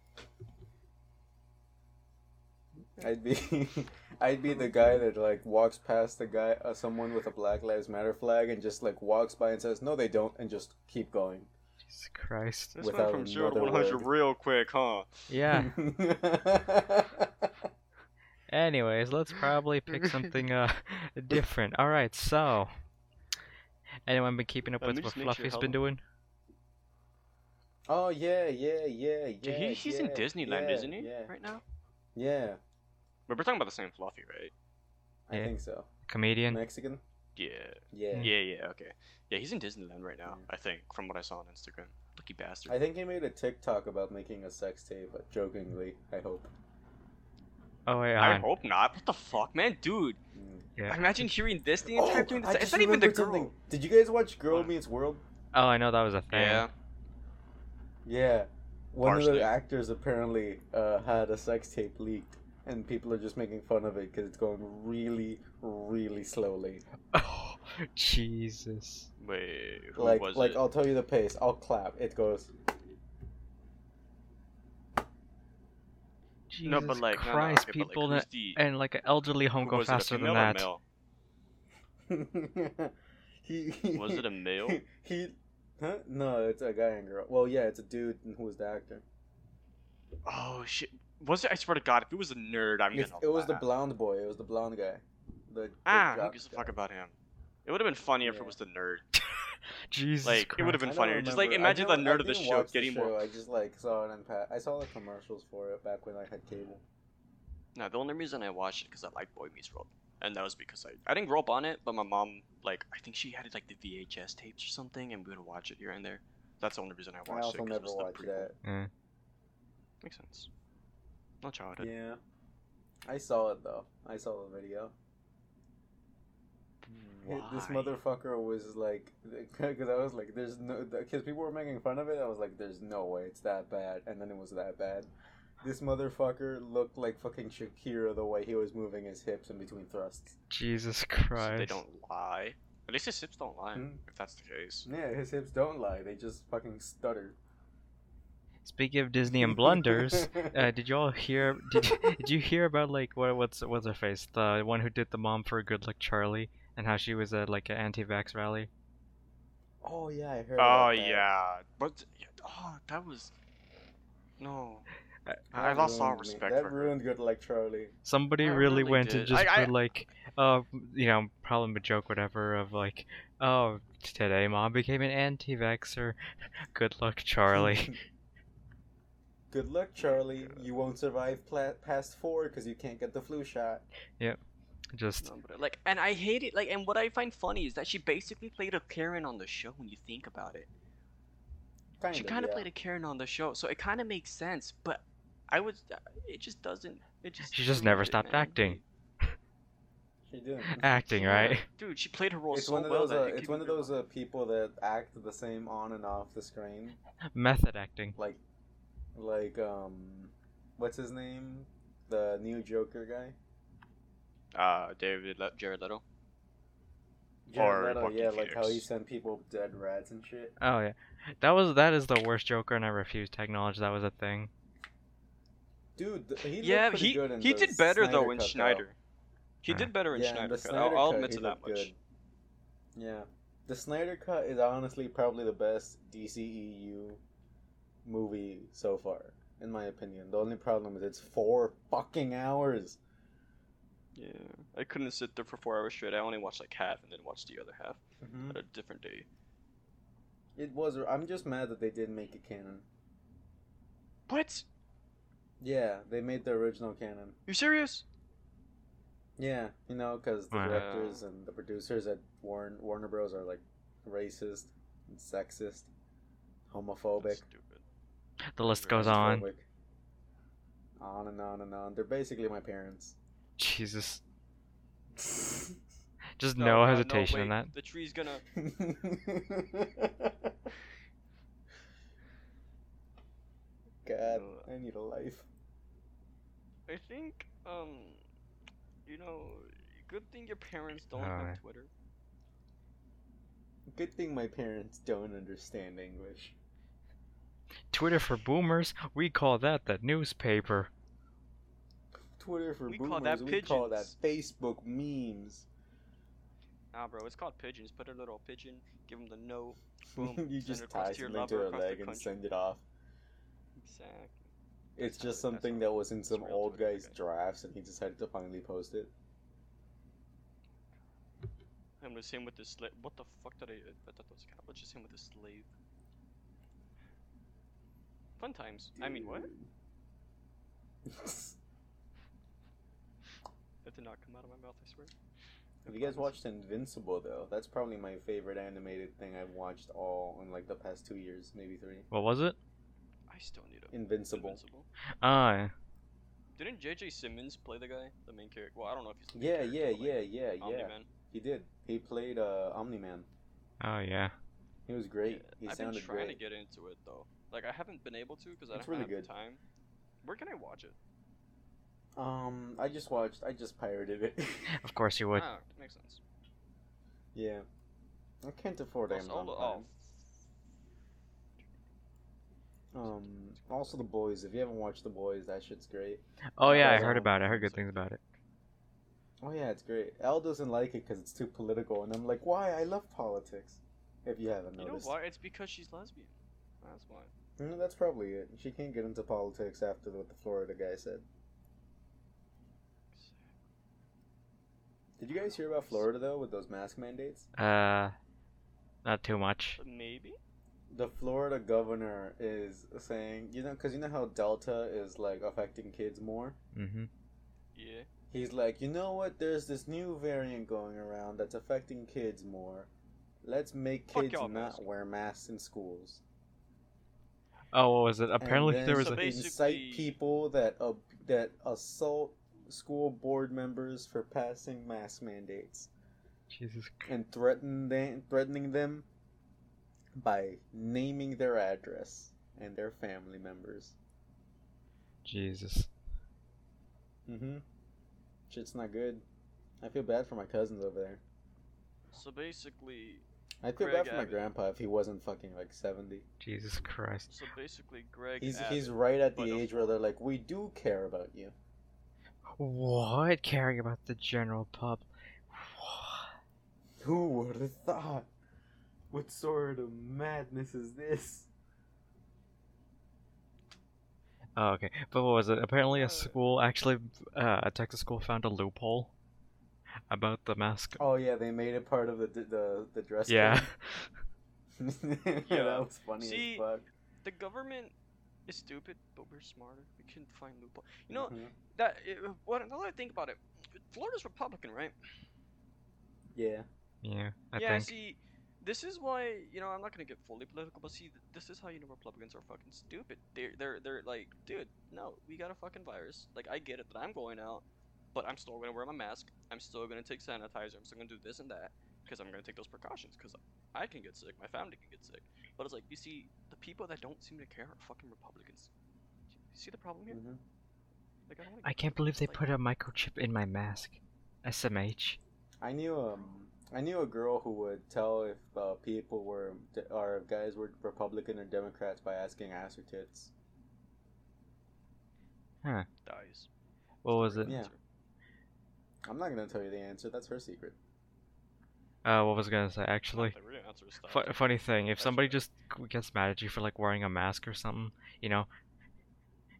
B: [laughs] I'd be, [laughs] I'd be the guy that like walks past the guy, uh, someone with a Black Lives Matter flag, and just like walks by and says, "No, they don't," and just keep going.
C: Jesus Christ.
A: This
B: Without
A: went from zero to
B: another
A: one hundred
B: word.
A: real quick, huh?
C: Yeah. Anyways, let's probably pick something uh different. All right, so anyone been keeping up
A: Let
C: with
A: me
C: what
A: just make sure,
C: Fluffy's
A: hold
C: been
A: on.
C: doing?
B: [laughs] oh yeah, yeah, yeah, yeah.
A: Dude, he, he's in
B: yeah,
A: Disneyland,
B: yeah,
A: isn't he?
B: Yeah,
A: Right now.
B: yeah.
A: But we're talking about the same Fluffy, right?
B: I
C: Yeah.
B: think so.
C: Comedian.
B: Mexican.
A: Yeah.
B: Yeah.
A: Yeah, yeah, okay. Yeah, he's in Disneyland right now, I think, from what I saw on Instagram. Lucky bastard.
B: I think he made a TikTok about making a sex tape, but jokingly, I hope.
C: Oh wait,
A: I
C: hold on.
A: hope not. What the fuck, man? Dude,
B: Mm.
C: Yeah.
A: imagine hearing this the
B: Oh,
A: entire time doing this.
B: I
A: It's
B: just
A: not even the
B: remembered
A: girl.
B: something. Did you guys watch Girl
A: What?
B: Meets World?
C: Oh, I know that was a thing.
A: Yeah.
B: Yeah. One of
A: Partially.
B: the actors apparently uh, had a sex tape leaked, and people are just making fun of it because it's going really, really slowly.
C: [laughs] Oh, Jesus.
A: Wait, who
B: like,
A: was
B: like oh,
A: it?
B: I'll tell you the pace. I'll clap. It goes. [laughs]
C: Jesus
A: no, but like, no, no,
C: Christ,
A: okay, but, like,
C: people
A: who's
C: that,
A: the,
C: and like an elderly home
A: who
C: go
A: was it, a
C: faster than
A: female or
C: that.
A: male?
B: he,
A: Was it a
B: [laughs]
A: male?
B: He, huh? No, it's a guy and girl. Well, yeah, it's a dude who was the actor.
A: oh shit. Was it? I swear to God, if it was a nerd, I'm
B: It's-
A: gonna.
B: it was the
A: laugh.
B: blonde boy. It was the blonde guy. The, the
A: Ah, who
B: jock
A: gives a
B: guy.
A: fuck about him? It would have been funnier if
B: Yeah.
A: it was the nerd.
C: Jesus
A: Like,
C: Christ.
A: it would have
B: I
A: been
B: don't
A: funnier. Just like
B: remember. I
A: imagine the
B: don't- I
A: nerd of the
B: didn't
A: show
B: watch
A: getting more.
B: I just like saw it on pa- I saw the commercials for it back when I had cable.
A: No, the only reason I watched it because I liked Boy Meets World, and that was because I I didn't grow up on it, but my mom like I think she had it like the VHS tapes or something, and we would watch it here and there. That's the only reason I
B: I
A: watched it.
B: also
A: 'cause
B: never
A: it was the
B: watched
A: prequel.
B: that.
A: Makes sense. No childhood.
B: Yeah, I saw it though. I saw the video. Hey, This
C: Why?
B: motherfucker was like, [laughs] because I was like, there's no, because people were making fun of it. I was like, there's no way it's that bad. And then it was that bad. This motherfucker looked like fucking Shakira the way he was moving his hips in between thrusts.
C: Jesus
A: So
C: Christ.
A: they don't lie. At least his hips don't lie.
B: Hmm.
A: If that's the case.
B: Yeah, his hips don't lie. They just fucking stutter.
C: Speaking
B: [laughs]
C: of Disney and
A: [laughs]
C: blunders, uh, did y'all hear? Did, [laughs] did you hear about like what what's what's her face? The one who did the mom for Good Luck Charlie and how she was at like an anti-vax rally.
B: oh yeah, I heard.
A: Oh
B: about that.
A: yeah, but oh that was no.
C: I-
A: I, I
B: That
A: lost all
B: ruined me.
A: respect
B: That
A: for her.
B: ruined good like Charlie. [laughs]
C: Somebody
A: I
C: really,
A: really
C: went
A: did.
C: and just
A: I- I-
C: put like, uh, you know, probably a joke, whatever, of like, oh, today mom became an anti-vaxer. [laughs] Good
A: [laughs]
C: luck, Charlie. [laughs]
B: [laughs] good luck, Charlie. You won't survive pla- past four because you can't get the flu shot.
C: just
A: No, but, like, and I hate it. Like, and what I find funny is that she basically played a Karen on the show. When you think about it,
B: Kinda,
A: she kind of
B: yeah.
A: played a Karen on the show, so it kind of makes sense. But I was, uh, it just doesn't. It just.
C: She just
A: ruined
C: never
A: it,
C: stopped
A: man.
C: acting.
B: She didn't.
C: acting, right? [laughs]
A: Dude, she played her role
B: It's
A: so
B: one of
A: well
B: those.
A: that
B: Uh,
A: it
B: it's
A: could
B: one of
A: be-
B: those uh, people that act the same on and off the screen,
C: Method acting.
B: like, like um, what's his name, the new Joker guy.
A: Uh, David Le- Jared Leto. Or
B: Jared Leto,
A: Joaquin
B: yeah, like how he
A: Phoenix.
B: sent people dead rats and shit.
C: Oh yeah, that was that is the worst Joker, and I refuse to acknowledge that was a thing.
B: Dude, th- he
A: yeah,
B: looked pretty
A: he
B: good in
A: he
B: the
A: did better though
B: Snyder
A: in
B: Cut,
A: Schneider. He
C: Huh.
A: did better in
B: yeah, in
A: Schneider.
B: the
A: Cut.
B: Snyder
A: I'll, I'll
B: Cut,
A: admit
B: he
A: to that
B: looked
A: much.
B: good. Yeah. The Snyder Cut is honestly probably the best DCEU movie so far, in my opinion. The only problem is it's four fucking hours.
A: Yeah, I couldn't sit there for four hours straight. I only watched like half and then watched the other half on a different day.
B: It was. I'm just mad that they didn't make it canon.
A: What?
B: Yeah, they made the original canon.
A: You serious?
B: Yeah, you know, because the
C: Wow.
B: directors and the producers at Warner, Warner Bros. are like racist, and sexist, homophobic.
A: That's stupid.
C: The list goes
A: Right.
C: on.
B: transphobic. On and on and on. They're basically my parents. [laughs]
C: Jesus, just
A: No,
C: no,
A: God,
C: hesitation
A: no,
C: in
A: wait,
C: that.
A: The tree's gonna.
B: God, I need a life.
A: I think um, you know, good thing your parents don't have
C: Alright.
A: Twitter.
B: Good thing my parents don't understand English.
C: Twitter for boomers. We call that the newspaper.
B: Twitter for
A: We
B: boomers.
A: call that
B: we call that
A: pigeons.
B: Facebook memes.
A: Nah, bro, it's called pigeons. Put a little pigeon, give them the note. Boom,
B: [laughs]
A: send
B: you
A: it
B: just
A: across
B: tie
A: to your
B: something
A: lover
B: to their
A: across the
B: leg and
A: country.
B: send it off.
A: Exactly. That's
B: It's just
A: how it- that's
B: something
A: how
B: that was in
A: it's
B: some
A: real
B: old
A: Twitter,
B: guy's
A: guys.
B: drafts, and he decided to finally post it.
A: I'm the same with the slave. What the fuck did I? I thought that was kind of. What's the same with the slave? Fun times. I mean,
B: [laughs]
A: what?
B: Dude.
A: That did not come out of my mouth. I swear.
B: Have
A: I
B: you guys
A: promise.
B: watched Invincible though? That's probably my favorite animated thing I've watched all in like the past two years, maybe three.
C: What was it?
A: I still need a
B: Invincible.
A: Invincible.
C: Ah,
A: Didn't J.J. Simmons play the guy, the main character? Well, I don't know if he's. The main
B: Yeah,
A: character,
B: yeah,
A: but, like,
B: yeah, yeah, yeah.
A: Omni-Man.
B: He did. He played uh, Omni Man.
C: oh yeah.
B: He was great.
A: Yeah,
B: He
A: I've been
B: sounded
A: trying
B: great.
A: to get into it though. Like I haven't been able to because I
B: It's
A: don't
B: really
A: have
B: good.
A: the time. Where can I watch it?
B: Um, I just watched. I just pirated it. [laughs]
C: Of course you would.
A: Ah, makes sense.
B: yeah, I can't afford
A: Also,
B: Amazon.
A: oh,
B: Prime.
A: oh,
B: Um, also the boys. If you haven't watched the boys, that shit's great.
C: Oh yeah, I
B: Amazon
C: heard about it. I
A: Prime,
C: heard good
A: so-
C: things about it.
B: Oh yeah, it's great. Al doesn't like it because it's too political, and I'm like, why? I love politics. If you haven't
A: you
B: noticed.
A: know why? It's because she's lesbian. That's why.
B: Mm, that's probably it. She can't get into politics after what the Florida guy said. Did you guys hear about Florida though with those mask mandates?
C: Uh, not too much.
A: But maybe.
B: The Florida governor is saying, you know, because you know how Delta is like affecting kids more.
C: Mm-hmm.
A: Yeah.
B: He's like, you know what? There's this new variant going around that's affecting kids more. Let's make
A: Fuck
B: kids
A: y'all,
B: not
A: mask.
B: wear masks in schools.
C: Oh, what was it?
B: And
C: Apparently
B: then
C: there was
A: So
C: a.
A: ba-
B: incite
A: basically-
B: people that ab- that assault school board members for passing mask mandates.
C: [laughs] Jesus. Christ.
B: and threaten them, threatening them by naming their address and their family members.
C: Jesus.
B: Mm-hmm. Shit's not good. I feel bad for my cousins over there.
A: So basically,
B: I feel
A: Greg
B: bad for my
A: Abbott.
B: grandpa if he wasn't fucking like seventy.
C: Jesus Christ.
A: so basically, Greg.
B: He's
A: Abbott-
B: he's right at
A: But
B: the
A: of
B: age where they're like, we do care about you.
C: What? Caring about the general pub.
B: Who would have thought? What sort of madness is this?
C: Oh, okay. But what was it? Apparently, a school actually, uh, a Texas school found a loophole about the mask.
B: Oh yeah, they made it part of the the the dress.
C: yeah.
B: code.
C: [laughs]
B: that was funny
A: See,
B: as fuck.
A: the government is stupid, but we're smarter. We can find loophole. You know
B: Mhm.
A: that. It, what? Now that I think about it, Florida's Republican, right?
B: Yeah.
C: yeah. I
A: yeah.
C: think.
A: See, this is why you know I'm not gonna get fully political, but see, th- this is how you know Republicans are fucking stupid. They're they're they're like, dude, no, we got a fucking virus. Like I get it that I'm going out, but I'm still gonna wear my mask. I'm still gonna take sanitizer. I'm still gonna do this and that because I'm gonna take those precautions because I can get sick. My family can get sick. But it's like you see, the people that don't seem to care are fucking Republicans. You see the problem here?
B: Mhm.
A: Like I don't. wanna
C: I
A: get
C: can't
A: it.
C: believe they
A: Like,
C: put a microchip in my mask. SMH.
B: I knew um I knew a girl who would tell if uh, people were or if guys were Republican or Democrats by asking ass or tits.
A: dies.
C: What was it?
B: Yeah. I'm not gonna tell you the answer. That's her secret.
C: Uh, what was I gonna say? Actually,
A: The real answer is
C: fu-
A: dies.
C: funny thing. If
A: That's
C: somebody
A: right. [laughs]
C: just g- gets mad at you for like wearing a mask or something, you know,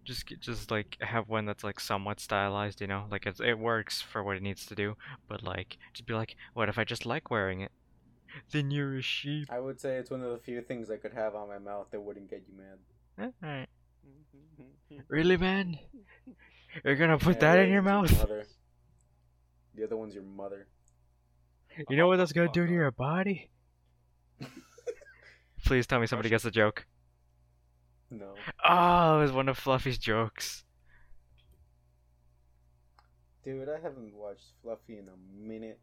C: just g- just like have one that's like somewhat stylized. You know, like it it works for what it needs to do. But like, just be like, what if I just like wearing it? Then you're a sheep.
B: I would say it's one of the few things I could have on my mouth that wouldn't get you mad.
C: Alright. Really, man? You're gonna put
B: Yeah,
C: that in
B: one's
C: your mouth?
B: mother. The other one's your mother.
C: You know
A: Oh,
C: what that's gonna
A: fuck
C: do
A: off.
C: to your body? [laughs] Please tell me somebody gets the joke.
B: No.
C: Oh, it was one of Fluffy's jokes.
B: Dude, I haven't watched Fluffy in a minute.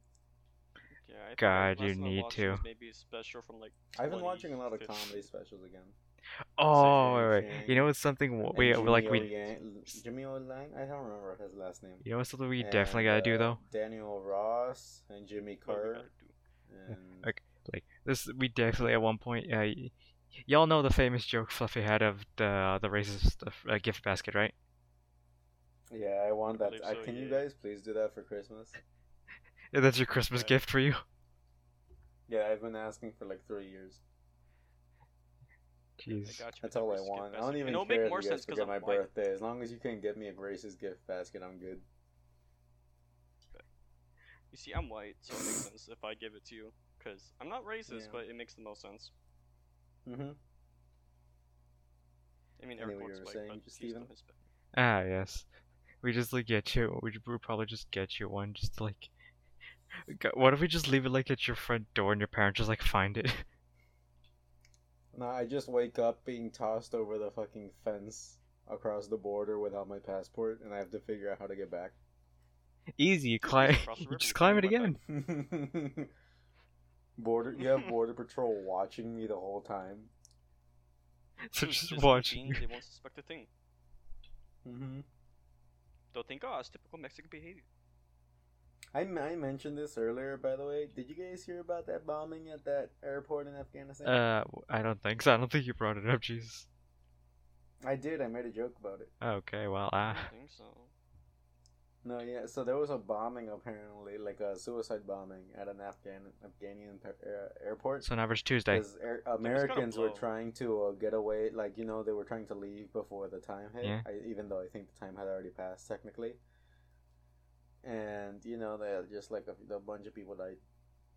A: Yeah, I think the
C: God, you
A: last time I
C: need
A: watched it was
C: to.
A: Maybe a special from like.
B: I've been watching a lot of
A: 2015.
B: comedy specials again.
C: Oh,
B: Sexy
C: wait, wait.
B: Shane.
C: You know what's something w-
B: And
C: we
B: Jimmy
C: like we
B: O. Yang- Jimmy O. Lang? I don't remember his last name.
C: you know what's something we
B: And,
C: definitely gotta do
B: uh,
C: though?
B: Daniel Ross and Jimmy
A: What do we
B: Carr
A: gotta do?
C: [laughs]
B: and
C: Okay. Like this we definitely at one point uh, y- y'all know the famous joke Fluffy had of the the racist uh, gift basket, right?
B: yeah, I want that.
A: believe
B: I,
A: so,
B: can you
A: yeah.
B: guys please do that for Christmas?
C: Yeah, that's your Christmas
A: Right.
C: gift for you.
B: Yeah, I've been asking for like three years.
A: I
C: Jeez.
A: got you.
B: That's
A: with the
B: all I
A: racist gift
B: want. I
A: basket.
B: don't even
A: It'll
B: care
A: make
B: if
A: more
B: you guys
A: sense because
B: forget
A: I'm
B: my
A: white.
B: birthday. As long as you can give me a racist gift basket, I'm good.
A: You see, I'm white, so it
B: [laughs]
A: makes sense if I give it to you because I'm not racist,
B: Yeah.
A: but it makes the most sense.
B: Mm-hmm.
A: I mean,
B: I
A: Eric
B: know what you
A: Ford's
B: were
A: white,
B: saying,
A: but he's
B: Steven.
A: still Hispanic.
C: Ah, yes. We just like get you. We we'll probably just get you one. Just like, Go- what if we just leave it like at your front door and your parents just like find it? [laughs]
B: No, I just wake up being tossed over the fucking fence across the border without my passport, and I have to figure out how to get back. [laughs]
C: Easy, you climb.
A: across the
C: you
A: river,
C: just
A: you
C: climb it
A: find your
C: again.
B: border, you have border patrol watching me the whole time.
A: [laughs]
C: So
A: Hmm,
C: [laughs] just
A: this
C: watch.
A: Means they won't suspect a thing.
B: Mm-hmm.
A: They'll think, oh, it's typical Mexican behavior.
B: I, I mentioned this earlier, by the way. Did you guys hear about that bombing at that airport in Afghanistan?
C: Uh, I don't think so. I don't think you brought it up, Jesus.
B: I did. I made a joke about it.
C: Okay, well,
A: I
C: uh,
A: don't think so.
B: No, yeah. So there was a bombing apparently, like a suicide bombing at an Afghan Afghanian pa- air- airport.
C: it's on average Tuesday.
B: Because air- Americans were
A: blow.
B: trying to uh, get away, like you know, they were trying to leave before the time hit.
C: Yeah.
B: I, even though I think the time had already passed technically. And you know, they just like a, a bunch of people died.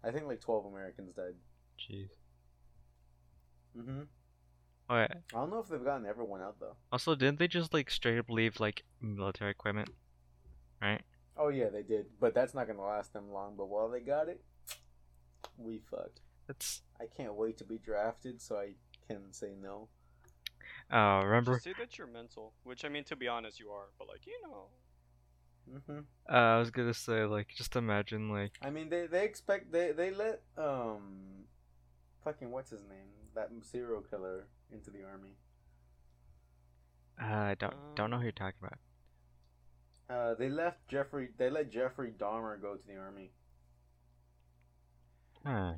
B: I think like twelve Americans died.
C: Jeez.
B: hmm
C: Oh, yeah.
B: I don't know if they've gotten everyone out though.
C: Also, didn't they just like straight up leave like military equipment? Right?
B: Oh yeah, they did, but that's not gonna last them long. But while they got it, we fucked.
C: That's.
B: I can't wait to be drafted so I can say no.
C: Oh, remember
A: Just say that you're mental, which I mean, to be honest, you are. But like, you know,
B: Mm-hmm.
C: Uh, I was gonna say like just imagine like
B: I mean, they they expect they they let um, fucking what's his name that serial killer into the army.
C: uh, I don't don't know who you're talking about.
B: Uh, they left Jeffrey. They let Jeffrey Dahmer go to the army.
A: Uh.
C: Huh.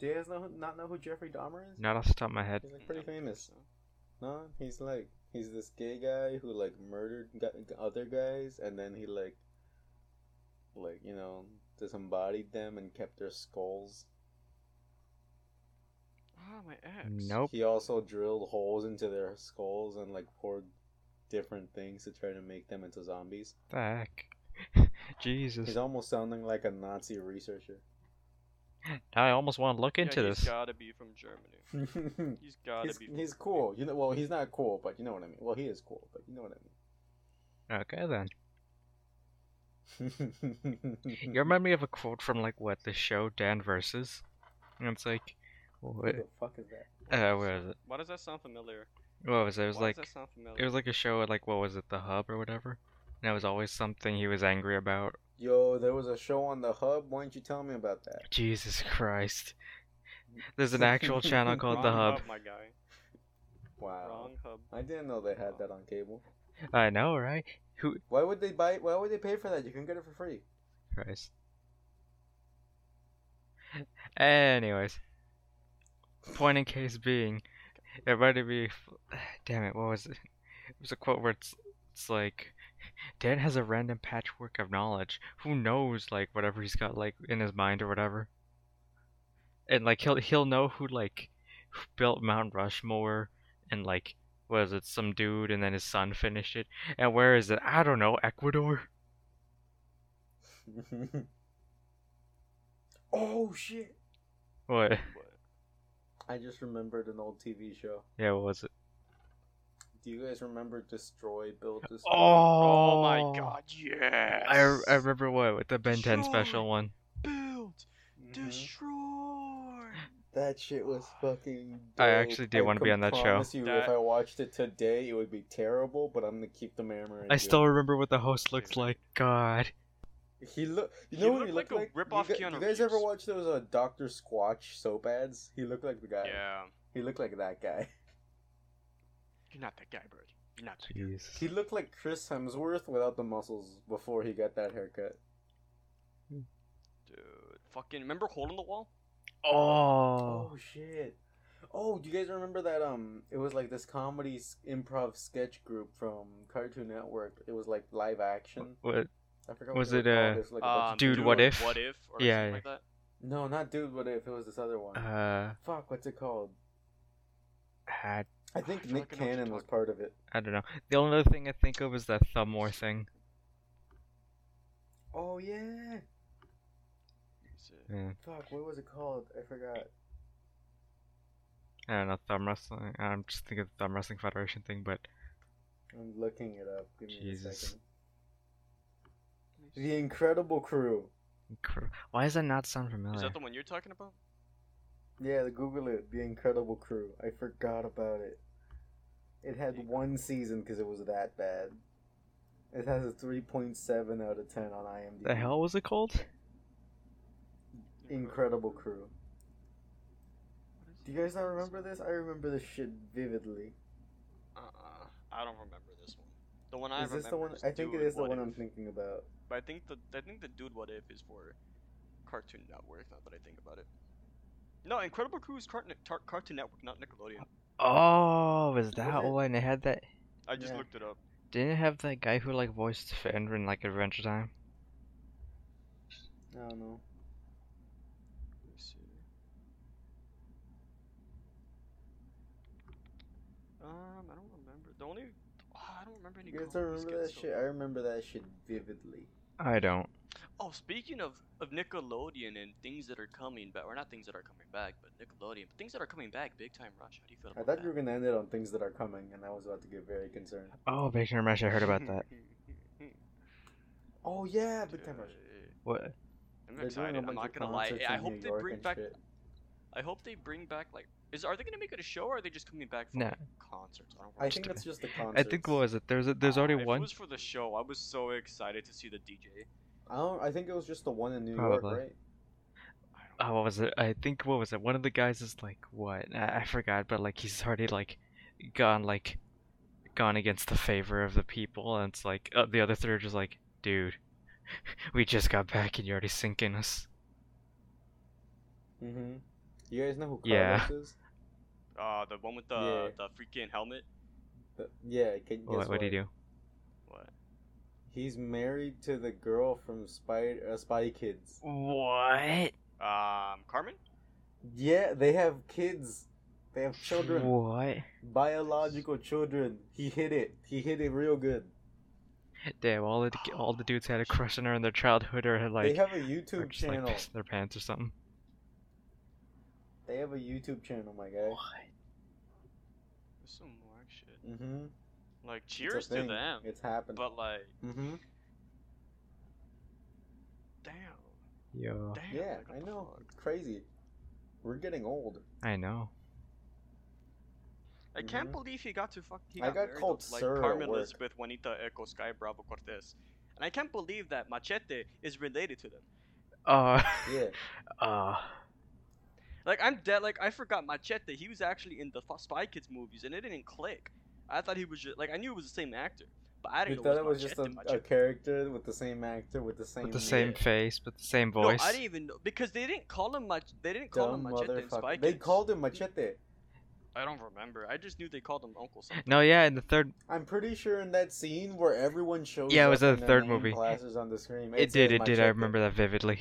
B: Do you guys know who- not know who Jeffrey Dahmer is?
C: Not off the top of my head.
B: He's like pretty famous. No, he's like he's this gay guy who like murdered gu- other guys, and then he like, like you know, disembodied them and kept their skulls.
A: Ah, my ex.
C: Nope.
B: He also drilled holes into their skulls and like poured different things to try to make them into zombies.
C: The heck. [laughs] Jesus.
B: He's almost sounding like a Nazi researcher.
C: Now I almost want to look
A: Yeah,
C: into
A: He's
C: this.
A: gotta be from Germany.
B: [laughs] he's
A: He's gotta be. From
B: he's cool. You know, well, he's not cool, but you know what I mean. Well, he is cool, but you know what
C: Okay then.
B: I mean.
C: You remind me of a quote from like what the show Dan versus, and it's like,
B: Who
C: what,
B: the fuck is that?
C: uh, where is it?
A: Why does that sound familiar?
C: What was it? It was
A: Why
C: like
A: does that sound familiar?
C: it was like a show at like what was it? The Hub or whatever. And it was always something he was angry about.
B: Yo, there was a show on the hub. Why didn't you tell me about that?
C: Jesus
B: [laughs]
C: Christ. There's an actual channel called The
A: Wrong
C: Hub.
A: my guy.
B: Wow.
A: Wrong
C: [laughs]
A: hub.
B: I didn't know they had that on cable.
C: I know, right? Who?
B: Why would they buy? Why would they pay for that? You can get it for free. [laughs]
C: Christ. Anyways, point in case being, it might be. Damn it! What was it? It was a quote where it's it's like, Dan has a random patchwork of knowledge. Who knows, like whatever he's got like in his mind or whatever. And like he'll he'll know who like who built Mount Rushmore and like was it some dude and then his son finished it and where is it? I don't know. Ecuador.
B: oh shit!
C: What?
A: What?
B: I just remembered an old TV show.
C: Yeah, what was it?
B: Do you guys remember Destroy, Build, Destroy?
A: Oh
C: Oh,
A: my god, yes!
C: I, re- I remember what with the Ben 10 special
A: Sure.
C: one.
A: Build,
B: Mhm.
A: Mm-hmm. destroy.
B: That shit was fucking.
C: I
B: dope.
C: actually did wanna be on that show.
B: promise You,
A: That-
B: if I watched it today, it would be terrible. But I'm gonna keep the memory.
C: I still remember what the host looked
A: Dude.
C: like. God.
B: He look. You
A: He
B: know what
A: looked
B: he
A: like
B: looked
A: a
B: like?
A: rip-off
B: you, gu-
A: Keanu
B: you guys ever
A: Reeves.
B: watch those uh, Doctor Squatch soap ads? He looked like the guy.
A: Yeah,
B: He looked like that guy. [laughs]
A: you're not that guy, Bird. You're not that guy.
C: Jeez.
B: He looked like Chris Hemsworth without the muscles before he got that haircut.
A: Dude, fucking remember Hole in the Wall?
C: Oh.
B: shit. Oh, do you guys remember that? Um, it was like this comedy s- improv sketch group from Cartoon Network. It was like live action.
C: What?
B: I forgot.
C: Was
B: they
C: it,
B: were called.
C: uh,
B: It's like a bunch
A: Um,
B: of
C: Dude,
B: dudes.
C: What If?
A: What if? Or
C: Yeah,
A: something
C: yeah.
A: like that.
B: No, not dude. What if it was this other one?
C: Uh,
B: Fuck, what's it called?
C: I,
B: I
A: I
B: think
A: feel like I
B: Nick
A: know what you're
B: Cannon was
A: talking-
B: part of it.
C: I don't know. The only other thing I think of is that Thumbmore thing.
B: Oh yeah.
A: Is it-
C: Yeah.
B: Fuck, what was it called? I forgot.
C: I don't know, Thumb Wrestling. I'm just thinking of the Thumb Wrestling Federation thing, but
B: I'm looking it up. Give me a
C: Jesus.
B: second. The Incredible Crew.
C: cr- why does that not sound
A: Is
C: familiar?
A: that the one you're talking about?
B: Yeah, the Google it. The Incredible Crew. I forgot about it. It had
A: The
B: one season because it was that bad. It has a 3.7 out of 10 on IMDb.
C: The hell was it called?
B: Incredible Crew.
A: What is
B: Do
A: it?
B: you guys not remember this? I remember this shit vividly.
A: Uh-uh. I don't remember this one. The one I
B: is this
A: remember
B: the one?
A: is
B: I think
A: Dude,
B: it is the
A: What
B: one
A: If.
B: I'm thinking about.
A: But I think the I think the dude what if is for Cartoon Network. Now that I think about it. No, Incredible Crew is Cartoon, Tar- Cartoon Network, not Nickelodeon.
C: Oh, was that
B: it?
C: one? It had that.
A: I just
B: Yeah.
A: looked it up.
C: Didn't it have that guy who like voiced Fender in like Adventure Time?
B: I don't know.
A: Let me see. Um, I don't remember. The only Ah, I don't remember any.
B: You guys
A: comedy
B: don't remember that
A: skits, though.
B: shit? I remember that shit vividly.
C: I don't.
A: Oh, speaking of, of Nickelodeon and things that are coming back, or not things that are coming back, but Nickelodeon, but things that are coming back, Big Time Rush. How do you feel
B: I
A: about
B: thought
A: that?
B: you were gonna end it on things that are coming, and I was about to get very concerned.
C: Oh, Big Time Rush. I heard
B: [laughs]
C: about [laughs] that.
B: Oh yeah, big time rush.
C: What?
A: Uh, I'm
B: They're doing a
A: excited. I'm
B: bunch
A: not
B: of
A: gonna lie.
B: concerts
A: I
B: in
A: hope
B: New
A: they
B: York
A: bring
B: and
A: back.
B: shit.
A: I hope they bring back like. Is are they gonna make it a show? or Are they just coming back for
C: No.
A: like, concerts. I don't
B: I
A: watch
B: think
A: them.
B: that's just the concert.
C: I think what was it? There's a, there's already
A: If
C: one.
A: It was for the show. I was so excited to see the DJ.
B: I don't. I think it was just the one in New
C: Probably.
B: York, right?
A: I don't
C: Oh, what was it? I think what was it? One of the guys is like what? I, I forgot, but like he's already like gone like gone against the favor of the people, and it's like uh, the other three are just like, dude, [laughs] we just got back and you're already sinking us.
B: Mm-hmm. You guys know who Carlos
C: Yeah.
B: is?
A: Uh, the one with the the freaking helmet.
B: The, yeah. Can guess
C: What, what, do you do?
A: What?
B: He's married to the girl from Spy uh, Spy Kids.
C: What?
A: Um, Carmen.
B: Yeah, they have kids. They have children.
C: What?
B: Biological children. He hit it. He hit it real good.
C: Damn! All the all the dudes had a crush on her in their childhood, or had,
B: they
C: like
B: have a
C: or
B: YouTube
C: just like
B: channel.
C: pissed in their pants or something.
B: They have a YouTube channel, my guy.
A: There's some whack shit.
B: Mm-hmm.
A: Like, cheers to them.
B: It's happened.
A: But like,
B: Mm-hmm.
A: damn,
C: Yo,
A: damn.
B: Uh, Yeah,
A: like, what
B: I
A: the
B: know.
A: fuck?
B: It's crazy. We're getting old.
C: I know.
A: I can't
B: Mhm.
A: believe he got to fuck. He
B: I got
A: married
B: called
A: to, like
B: sir at
A: Carmen
B: work.
A: Elizabeth Juanita Echo Sky Bravo Cortez, and I can't believe that Machete is related to them.
C: Uh, [laughs]
B: Yeah.
C: uh,
A: Like I'm dead. Like I forgot Machete. He was actually in the F- Spy Kids movies, and it didn't click. I thought he was just like I knew it was the same actor, but I
B: You
A: didn't know
B: thought it was just
A: Machete,
B: a, a
A: Machete.
B: character with the same actor with the same
C: with the
B: name.
C: same face, but the same voice.
A: No, I didn't even know because they didn't call him much. They didn't call
B: dumb
A: him Machete in Spy
B: motherfucker.
A: Kids.
B: They called him Machete.
A: I don't remember. I just knew they called him Uncle something.
C: No, yeah, in the third,
B: I'm pretty sure in that scene where everyone shows
C: Yeah, it
B: up
C: was
B: in
C: the
B: their
C: third
B: name
C: movie.
B: classes on the screen.
C: it
B: says
C: did, it did. I
B: Machete.
C: remember that vividly.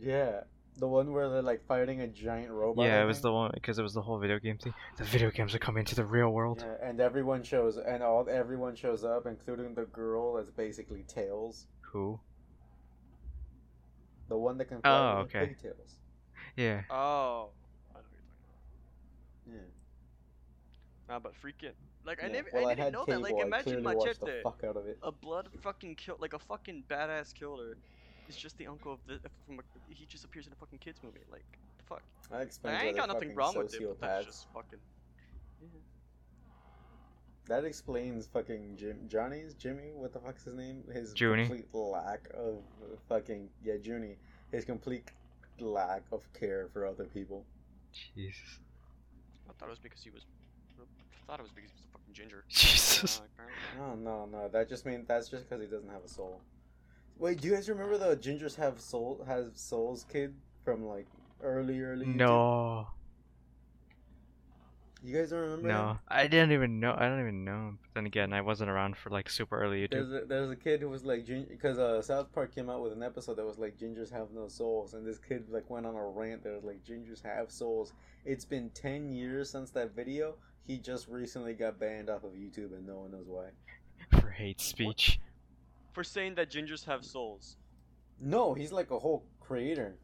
B: Yeah, the one where they're like fighting a giant robot.
C: yeah,
B: I
C: it was
B: think.
C: the one because it was the whole video game thing. The video games are coming to the real world.
B: Yeah, and everyone shows, and all everyone shows up, including the girl that's basically Tails,
C: Who?
B: the one that can fly
C: Oh,
B: with
C: okay.
B: pigtails.
C: Yeah.
A: Oh, I know what you're talking about.
B: Yeah.
A: Nah, but freaking like I
B: Yeah.
A: never,
B: well,
A: I
B: I,
A: didn't
B: had
A: know
B: cable.
A: that. Like
B: I
A: imagine
B: clearly watched
A: Machete,
B: the fuck out of it.
A: a blood fucking kill, like a fucking badass killer. Is just the uncle of the from a, he just appears in a fucking kids movie. Like the fuck.
B: That
A: Like,
B: explains.
A: I
B: why
A: ain't
B: they're
A: got nothing
B: fucking
A: wrong with it, but
B: sociopaths.
A: that's just fucking.
B: That explains fucking Jim Johnny's Jimmy. What the fuck's his name? His
C: Junie.
B: complete lack of fucking yeah, Junie. His complete lack of care for other people.
C: Jesus.
A: I thought it was because he was. I thought it was because he was a fucking ginger.
C: Jesus.
A: Nah, apparently not.
B: No, no, no. That just means that's just because he doesn't have a soul. Wait, do you guys remember the gingers have soul has souls kid from like early early? YouTube?
C: No.
B: You guys don't remember? him?
C: No, I didn't even know. I don't even know. But then again, I wasn't around for like super early YouTube.
B: There's a, there's a kid who was like because uh, South Park came out with an episode that was like gingers have no souls and this kid like went on a rant that was like gingers have souls. It's been ten years since that video. He just recently got banned off of YouTube and no one knows why.
C: for hate speech.
A: For saying that gingers have souls.
B: No, he's like a whole creator.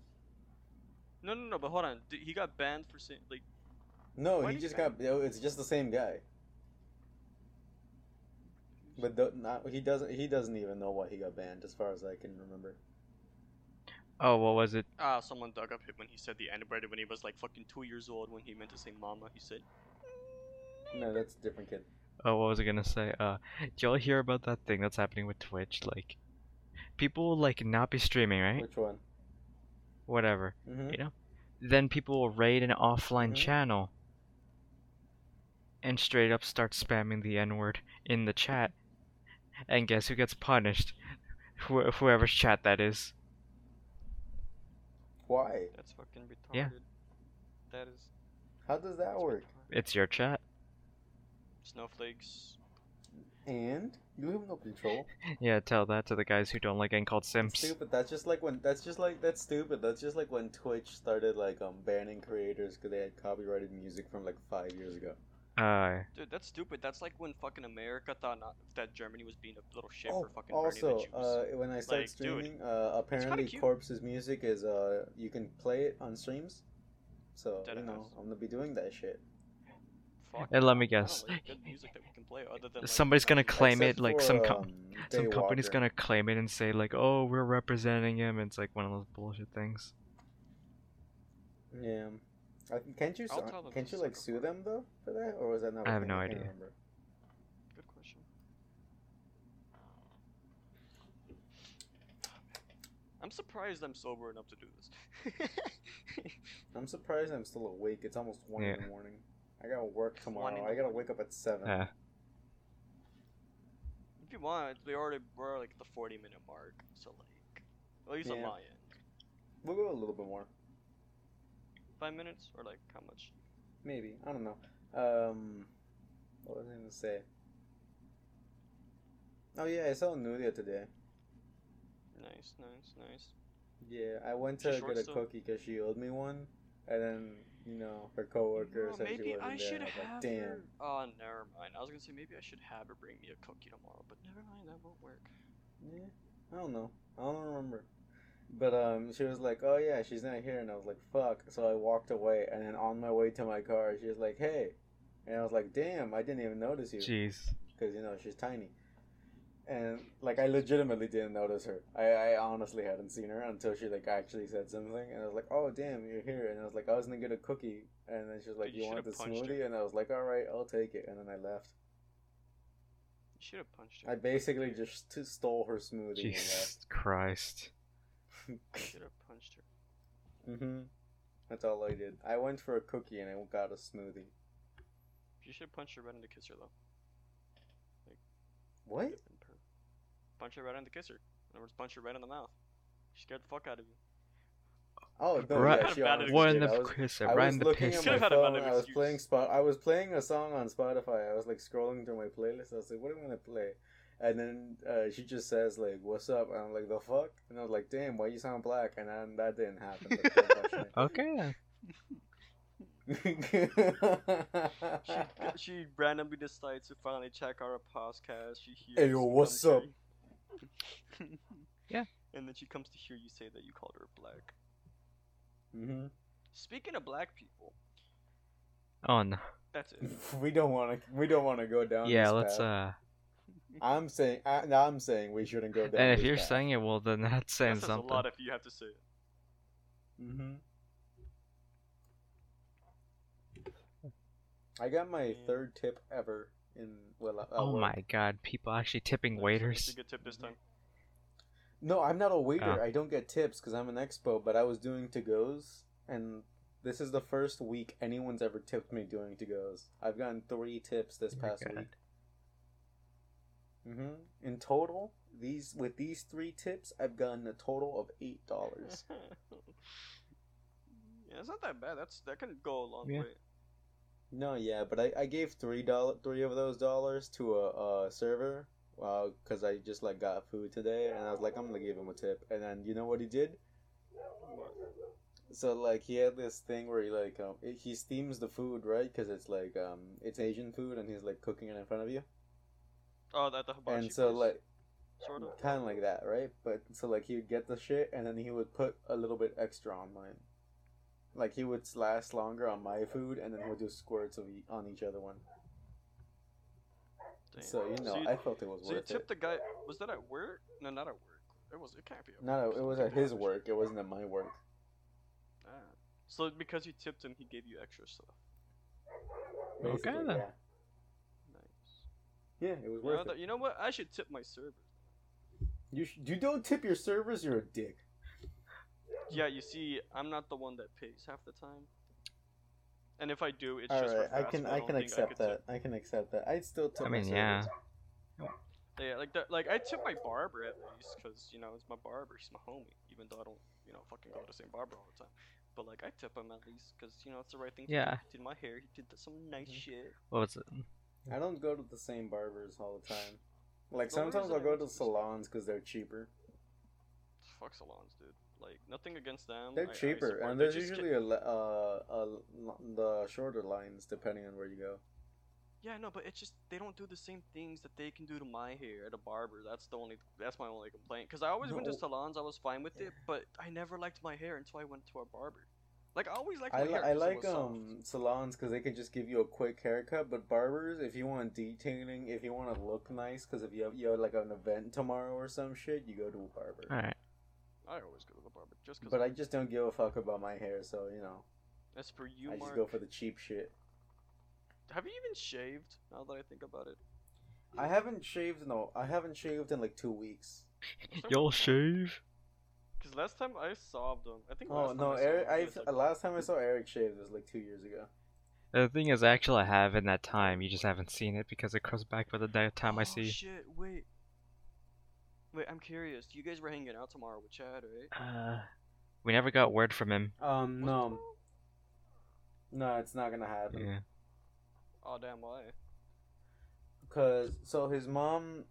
A: No, no, no. But hold on. D- He got banned for saying like.
B: No,
A: Why
B: he
A: did he
B: just got. oh, It's just the same guy. But the, not, he doesn't. He doesn't even know why he got banned, as far as I can remember.
C: Oh, what was it?
A: Ah, someone dug up him when he said the N word when he was like fucking two years old when he meant to say mama. He said.
B: No, that's a different kid.
C: Oh, what was I gonna say? Uh, did y'all hear about that thing that's happening with Twitch? Like, people will, like not be streaming, right?
B: Which one?
C: Whatever.
B: hmm
C: Then people will raid an offline
B: Mhm.
C: channel and straight up start spamming the N word in the chat. And guess who gets punished? [laughs] Who whoever's chat that is.
B: Why?
A: That's fucking retarded.
C: Yeah.
A: That is.
B: How does that work?
C: It's your chat.
A: Snowflakes.
B: And you have no control.
C: Yeah, tell that to the guys who don't like getting called simps.
B: Stupid. That's just like when. That's just like that's stupid. That's just like when Twitch started like um banning creators because they had copyrighted music from like five years ago.
C: Uh,
A: Dude, that's stupid. That's like when fucking America thought not, that Germany was being a little shit
B: Oh,
A: for fucking burning
B: also,
A: the Jews.
B: uh, when I start
A: Like, dude,
B: streaming, uh, apparently
A: cute.
B: Corpse's music is uh, you can play it on streams. So you
A: Deadass.
B: know, I'm gonna be doing that shit.
A: Fuck.
C: and let me
A: I don't
C: guess.
A: know, there's good music that we can play other than, like,
C: Somebody's gonna
A: Nazi-
C: claim
B: Except
C: it, like
B: for,
C: some com-
B: um,
C: some company's
B: Daywalker.
C: gonna claim it and say like, "Oh, we're representing him." And it's like one of those bullshit things.
B: Yeah, I, can't you
A: I'll
B: so-
A: tell them
B: can't
A: to
B: you like
A: suck
B: sue them though for that, or was that not?
C: I
B: a
C: have
B: thing?
C: no
B: can't
C: idea.
B: remember.
A: Good question. I'm surprised I'm sober enough to do this. [laughs]
B: I'm surprised I'm still awake. It's almost one
C: Yeah.
B: in the morning. I gotta work
A: One in
B: tomorrow.
A: the
B: I gotta wake up at seven.
C: Yeah.
A: if you want, we already were like at the 40 minute mark, so like at least on
B: Yeah.
A: my end,
B: We'll go a little bit more,
A: five minutes or like how much?
B: maybe. I don't know. Um, what was I gonna say? Oh yeah, I saw Nudia today.
A: Nice, nice, nice.
B: Yeah, I went
A: She
B: to
A: short
B: get a
A: still?
B: cookie because she owed me one, and then you know her coworker
A: Well,
B: said she
A: maybe
B: wasn't
A: I
B: there.
A: should
B: I was
A: have
B: like, damn.
A: her. Oh, never mind. I was gonna say maybe I should have her bring me a cookie tomorrow, but never mind. That won't work.
B: Yeah, I don't know. I don't remember. But um, she was like, "Oh yeah, she's not here," and I was like, "Fuck!" So I walked away, and then on my way to my car, she was like, "Hey," and I was like, "Damn, I didn't even notice you,"
C: Jeez.
B: because you know she's tiny, and like I legitimately didn't notice her. I, I honestly hadn't seen her until she like actually said something, and I was like, "Oh damn, you're here," and I was like, "I was gonna get a cookie," and then she was like,
A: Dude, you
B: "You, want
A: should've
B: the
A: punched her.
B: smoothie?" and I was like, "All right, I'll take it," and then I left.
A: You should have punched her.
B: I basically just t- stole her smoothie
C: Jesus Christ.
B: and
A: I
B: left.
A: should have punched her.
B: Mm-hmm. That's all I did. I went for a cookie and I got a smoothie.
A: You should have punched her right in the kisser though.
B: What?
A: Could've been per- Punch her right in the kisser. In other words, punch her right in the mouth. She scared the fuck out of you.
B: Oh no!
C: Right.
B: Yeah, she
A: Bad
B: honestly
A: What
C: What in
B: did. I
C: the
B: was,
C: piss?
B: I
C: Right
B: was
C: in the
B: looking
C: piss.
B: at
A: Should've
B: my
A: had a
B: phone.
A: better
B: I was
A: excuse.
B: playing spot. I was playing a song on Spotify. I was like scrolling through my playlist. I was like, "What am I gonna play?" And then uh, she just says like, "What's up?" And I'm like, "The fuck?" And I was like, "Damn, why you sound black?" And then that didn't happen. Like, don't touch me.
C: Okay. then.
B: [laughs]
A: She, [laughs] she randomly decides to finally check out our podcast. She hears.
B: Hey, yo,
A: some
B: what's up?
A: [laughs] commentary.
C: [laughs] Yeah.
A: And then she comes to hear you say that you called her black.
B: hmm
A: Speaking of black people,
C: Oh no.
A: that's it.
B: [laughs] We don't want to. We don't want to go down.
C: Yeah,
B: this
C: let's
B: path.
C: uh
B: I'm saying. I, now I'm saying we shouldn't go down.
C: and if
B: this
C: Eh, you're
B: path.
C: saying it well then [laughs] that's
A: That
C: saying
A: says
C: something.
A: a lot if you have to say it.
B: Mm-hmm. I got my
A: Yeah.
B: third tip ever in well. uh, at
C: oh
B: work.
C: my god, people actually tipping
A: That's- That's a
C: waiters.
A: good tip this time.
B: No, I'm not a waiter.
C: Oh.
B: I don't get tips because I'm an expo. But I was doing to goes, and this is the first week anyone's ever tipped me doing to goes. I've gotten three tips this
C: Oh my
B: past
C: God.
B: week. Mm-hmm. In total, these with these three tips, I've gotten a total of eight dollars.
A: [laughs] yeah, it's not that bad. That's that can go a long
C: Yeah.
A: way.
B: No, yeah, but I, I gave three dollar three of those dollars to a, a server, uh, cause I just like got food today, and I was like, I'm gonna give him a tip, and then you know what he did? So like he had this thing where he like um he steams the food right, cause it's like um it's Asian food, and he's like cooking it in front of you,
A: Oh, that the hibachi.
B: and so
A: place,
B: like
A: sort of.
B: kind of like that, right? But so like he would get the shit, and then he would put a little bit extra on mine. Like he would slash longer on my food, and then he would do squirts of e- on each other one.
A: Damn.
B: So you know,
A: you,
B: I felt it was
A: so you
B: worth
A: tipped
B: it.
A: the guy. Was that at work? No, not at work. It was. It can't be. At
B: No,
A: work.
B: no, it was at his work. It wasn't at my work.
A: Ah. So because you tipped him, he gave you extra stuff.
C: Okay,
B: basically,
C: then.
B: Yeah.
A: Nice.
B: Yeah, it was
A: You know,
B: worth
A: that,
B: it.
A: you know what? I should tip my servers.
B: You sh- you don't tip your servers. You're a dick.
A: Yeah, you see, I'm not the one that pays half the time. And if I do, it's
B: All
A: just
B: right,
A: for
B: I
A: fast
B: can
A: food.
B: I
A: don't
B: can
A: think
B: accept
A: could tip-
B: that. I can accept that. I still tip.
C: I
B: my
C: mean, yeah.
B: servers.
A: Yeah, like that, like I tip my barber at least because you know it's my barber, she's my homie. Even though I don't, you know, fucking go to the same barber all the time, but like I tip him at least because you know it's the right thing. to do.
C: Yeah.
A: He did my hair. He did some nice
B: Mhm.
A: shit.
C: What was it?
B: I don't go to the same barbers all the time. Like
A: The only
B: sometimes
A: reason
B: I'll
A: I
B: go
A: went
B: to
A: to the-
B: salons because they're cheaper.
A: Fuck salons, dude. Like nothing against them.
B: They're
A: I- I
B: cheaper,
A: support-
B: and
A: they
B: there's
A: just get-
B: usually a, le- uh, a l- the shorter lines depending on where you go.
A: Yeah, no, but it's just they don't do the same things that they can do to my hair at a barber. That's the only. That's my only complaint. Cause I always went to
B: No.
A: salons. I was fine with it, but I never liked my hair until I went to a barber. Like I always liked my
B: I, li-
A: hair.
B: I
A: 'cause it
B: like
A: was soft.
B: um salons because they can just give you a quick haircut. But barbers, if you want detailing, if you want to look nice, because if you have, you have like an event tomorrow or some shit, you go to a barber.
C: Alright.
A: I always go to the barber just cause.
B: But I just don't give a fuck about my hair, so you know.
A: As for you,
B: I just
A: Mark,
B: go for the cheap shit.
A: have you even shaved? Now that I think about it,
B: I haven't shaved no. I haven't shaved in like two weeks.
C: Y'all shave?
A: because last time I sobbed him. I think.
B: Oh
A: last
B: no,
A: time I saw
B: Eric.
A: him, he was,
B: I
A: like,
B: last time I saw Eric shaved was like two years ago.
C: The thing is, I actually have in that time. You just haven't seen it because it comes back by the day- time I
A: Oh,
C: see.
A: Shit! Wait. Wait, I'm curious. You guys were hanging out tomorrow with Chad, right?
C: Uh, we never got word from him.
B: Um,
A: Was it
B: no,
A: tomorrow?
B: no, it's not gonna
A: uh-huh.
B: happen.
C: Yeah.
A: Oh damn! Why?
B: Cause so his mom,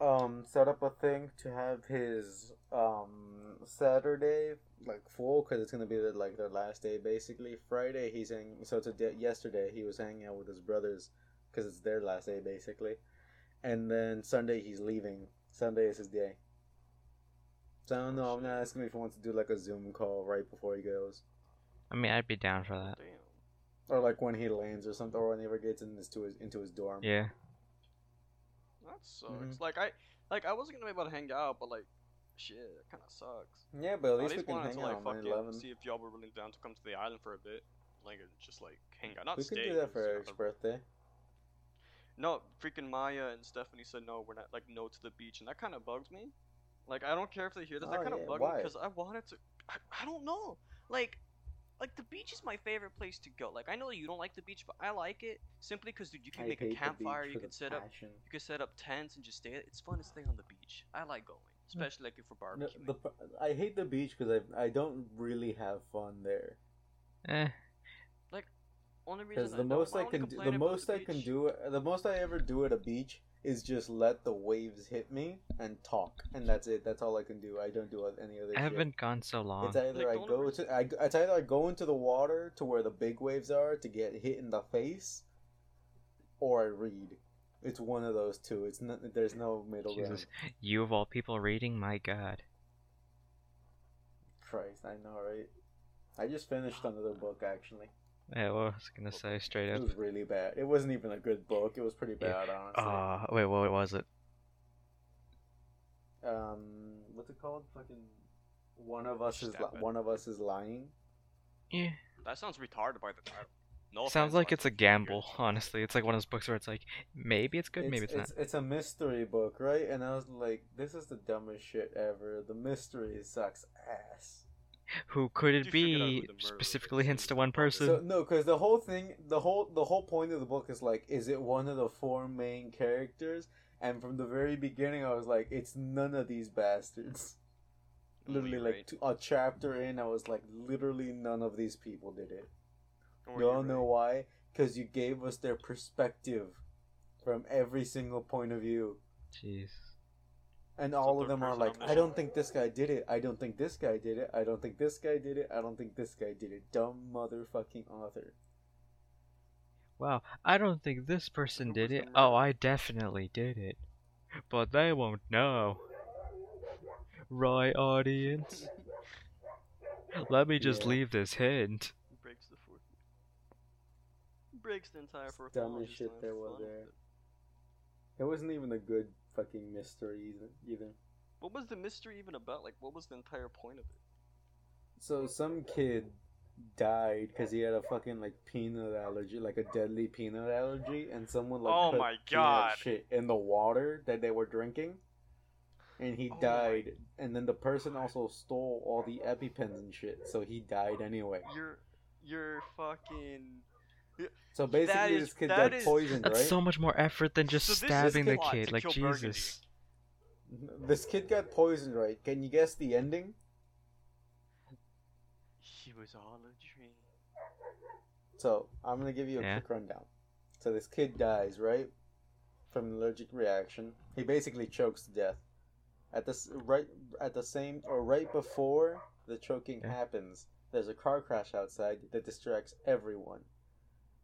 B: um, set up a thing to have his um Saturday like full because it's gonna be the, like their last day basically. Friday he's hanging. So today yesterday he was hanging out with his brothers because it's their last day basically, and then Sunday he's leaving. Sunday is his day. So I don't know. I'm not asking if he wants to do like a Zoom call right before he goes,
C: I mean, I'd be down for that.
A: Damn.
B: or like when he lands or something, or whenever he gets in his, to his into his dorm.
C: Yeah.
A: That sucks.
B: Mhm.
A: Like I, like I wasn't gonna be able to hang out, but like, shit, it kind of sucks.
B: Yeah, but at least, we can
A: wanted
B: hang
A: to
B: out
A: like
B: on
A: fucking
B: 9/11.
A: see if y'all were really down to come to the island for a bit, like and just like hang out. Not
B: We
A: stay.
B: could do that
A: 'cause,
B: for
A: you know,
B: Eric's
A: the-
B: birthday.
A: No, freaking Maya and Stephanie said no. We're not like no to the beach, and that kind of bugged me. Like I don't care if they hear this.
B: Oh,
A: that kind of
B: yeah,
A: bugged
B: why?
A: me because I wanted to. I, I don't know. Like, like the beach is my favorite place to go. Like I know you don't like the beach, but I like it simply because dude, you can
B: I
A: make
B: hate
A: a
B: the beach
A: campfire.
B: for
A: You
B: the
A: can set up.
B: passion.
A: You can set up tents and just stay. It's fun to stay on the beach. I like going, especially like if we're
B: Mm. No,
A: barbecuing.
B: the, pr- I hate the beach because I I don't really have fun there.
C: Eh.
A: Only reason
B: Because the
A: I
B: most
A: don't,
B: I can do, the
A: do,
B: most
A: the
B: I can
A: beach.
B: do the most I ever do at a beach is just let the waves hit me and talk, and that's it. That's all I can do. I don't do any other.
C: I
B: shit.
C: haven't gone so long.
B: It's either
A: Like,
B: I
A: the only
B: go
A: reason-
B: to I, it's either I go into the water to where the big waves are to get hit in the face, or I read. It's one of those two. It's not, there's no middle ground.
C: Jesus. You of all people reading? My god.
B: Christ, I know, right? I just finished another book actually.
C: Yeah, well, I Eh, was gonna
A: Oh,
C: say straight
B: It
C: up.
B: was really bad. It wasn't even a good book. It was pretty
C: Yeah.
B: bad, honestly.
C: Ah, wait, what was it? Uh.
B: um, what's it called? Fucking one of us is
A: Stab
B: li-
A: it.
B: one of us is lying.
C: Yeah.
A: That sounds retarded by the title. No offense,
C: Sounds like
A: Lance,
C: it's a
A: but you're-
C: gamble, [laughs] honestly. It's like one of those books where it's like, maybe it's good, maybe it's,
B: it's, it's a mystery book, right? And I was like, this is the dumbest shit ever. The mystery sucks ass.
C: not. Who could it
A: You figured out who
C: be?
A: the murderer
C: Specifically
A: is,
C: hints to
A: so
C: one
A: probably-
C: person.
B: So no, because the whole thing, the whole the whole point of the book is like, is it one of the four main characters? And from the very beginning, I was like, it's none of these bastards.
A: Only
B: Literally,
A: right.
B: like two, a chapter in, I was like, literally none of these people did it.
A: Or
B: You
A: you're
B: all know
A: right.
B: why? Because you gave us their perspective from every single point of view.
C: Jeez.
B: And all of
A: third
B: them are
A: person
B: like,
A: omniscient.
B: I don't think this guy did it. I don't think this guy did it. I don't think this guy did it. I don't think this guy did it. Dumb motherfucking author.
C: Wow, I don't think this person
A: Who
C: did
A: was
C: it.
A: the
C: Oh, I definitely did it. But they won't know. Right, audience? Let me just
B: Yeah.
C: leave this hint.
A: Breaks the fourth. Breaks the entire
B: It's
A: fourth.
B: dumbest
A: wall, just
B: shit
A: to have
B: there was
A: fun with
B: there.
A: it.
B: It wasn't even a good fucking mystery either. either.
A: What was the mystery even about? Like, what was the entire point of it?
B: So some kid died because he had a fucking like peanut allergy, like a deadly peanut allergy, and someone like
A: Oh
B: put
A: my
B: peanut
A: God.
B: shit in the water that they were drinking, and he
A: Oh my
B: died. And then the person also stole all the epipens and shit, so he died anyway.
A: You're, you're fucking.
B: So
A: That
B: basically,
A: is-
B: this kid
A: that
B: got
A: is-
B: poisoned,
C: That's
B: right?
C: so much more effort than just
A: So this is
C: stabbing the
A: plot to
C: kid. Like,
A: kill Burgundy.
C: Jesus.
B: This kid got poisoned, right? Can you guess the ending?
A: He was all a dream.
B: So I'm gonna give you a
C: Yeah.
B: quick rundown. So this kid dies, right, from an allergic reaction. He basically chokes to death. At this right at the same or right before the choking
C: Yeah.
B: happens, there's a car crash outside that distracts everyone.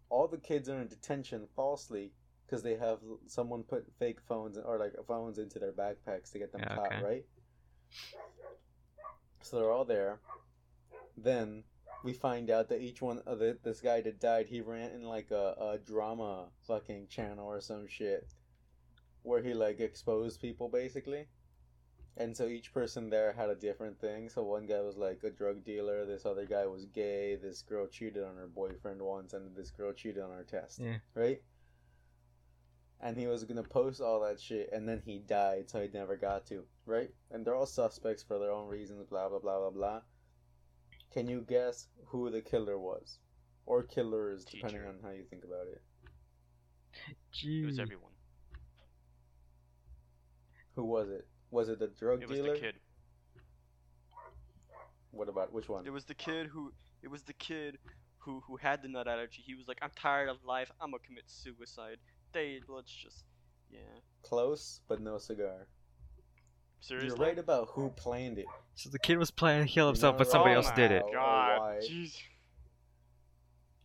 B: All the kids are in detention falsely because they have l- someone put fake phones or like phones into their backpacks to get them
C: Yeah,
B: caught,
C: okay.
B: right? So they're all there. Then we find out that each one of the, this guy that died, he ran in like a, a drama fucking channel or some shit where he like exposed people basically. And so each person there had a different thing. So one guy was like a drug dealer, this other guy was gay, this girl cheated on her boyfriend once, and this girl cheated on her test.
C: Yeah.
B: Right? And he was gonna post all that shit, and then he died, so he never got to. Right? And they're all suspects for their own reasons, blah, blah, blah, blah, blah. Can you guess who the killer was? Or killers, depending
A: Teacher.
B: on how you think about it.
A: It was
C: Gee.
A: everyone.
B: Who was it? Was it the drug
A: It was
B: dealer?
A: the kid.
B: What about which one?
A: It was the kid who. It was the kid who who had the nut allergy. He was like, I'm tired of life. I'm gonna commit suicide. They let's just. Yeah.
B: Close, but no cigar.
A: Seriously.
B: You're right about who planned it.
C: So the kid was planning to kill himself, but
B: Oh
C: somebody else did it.
B: my
A: God.
B: Why?
A: Jeez.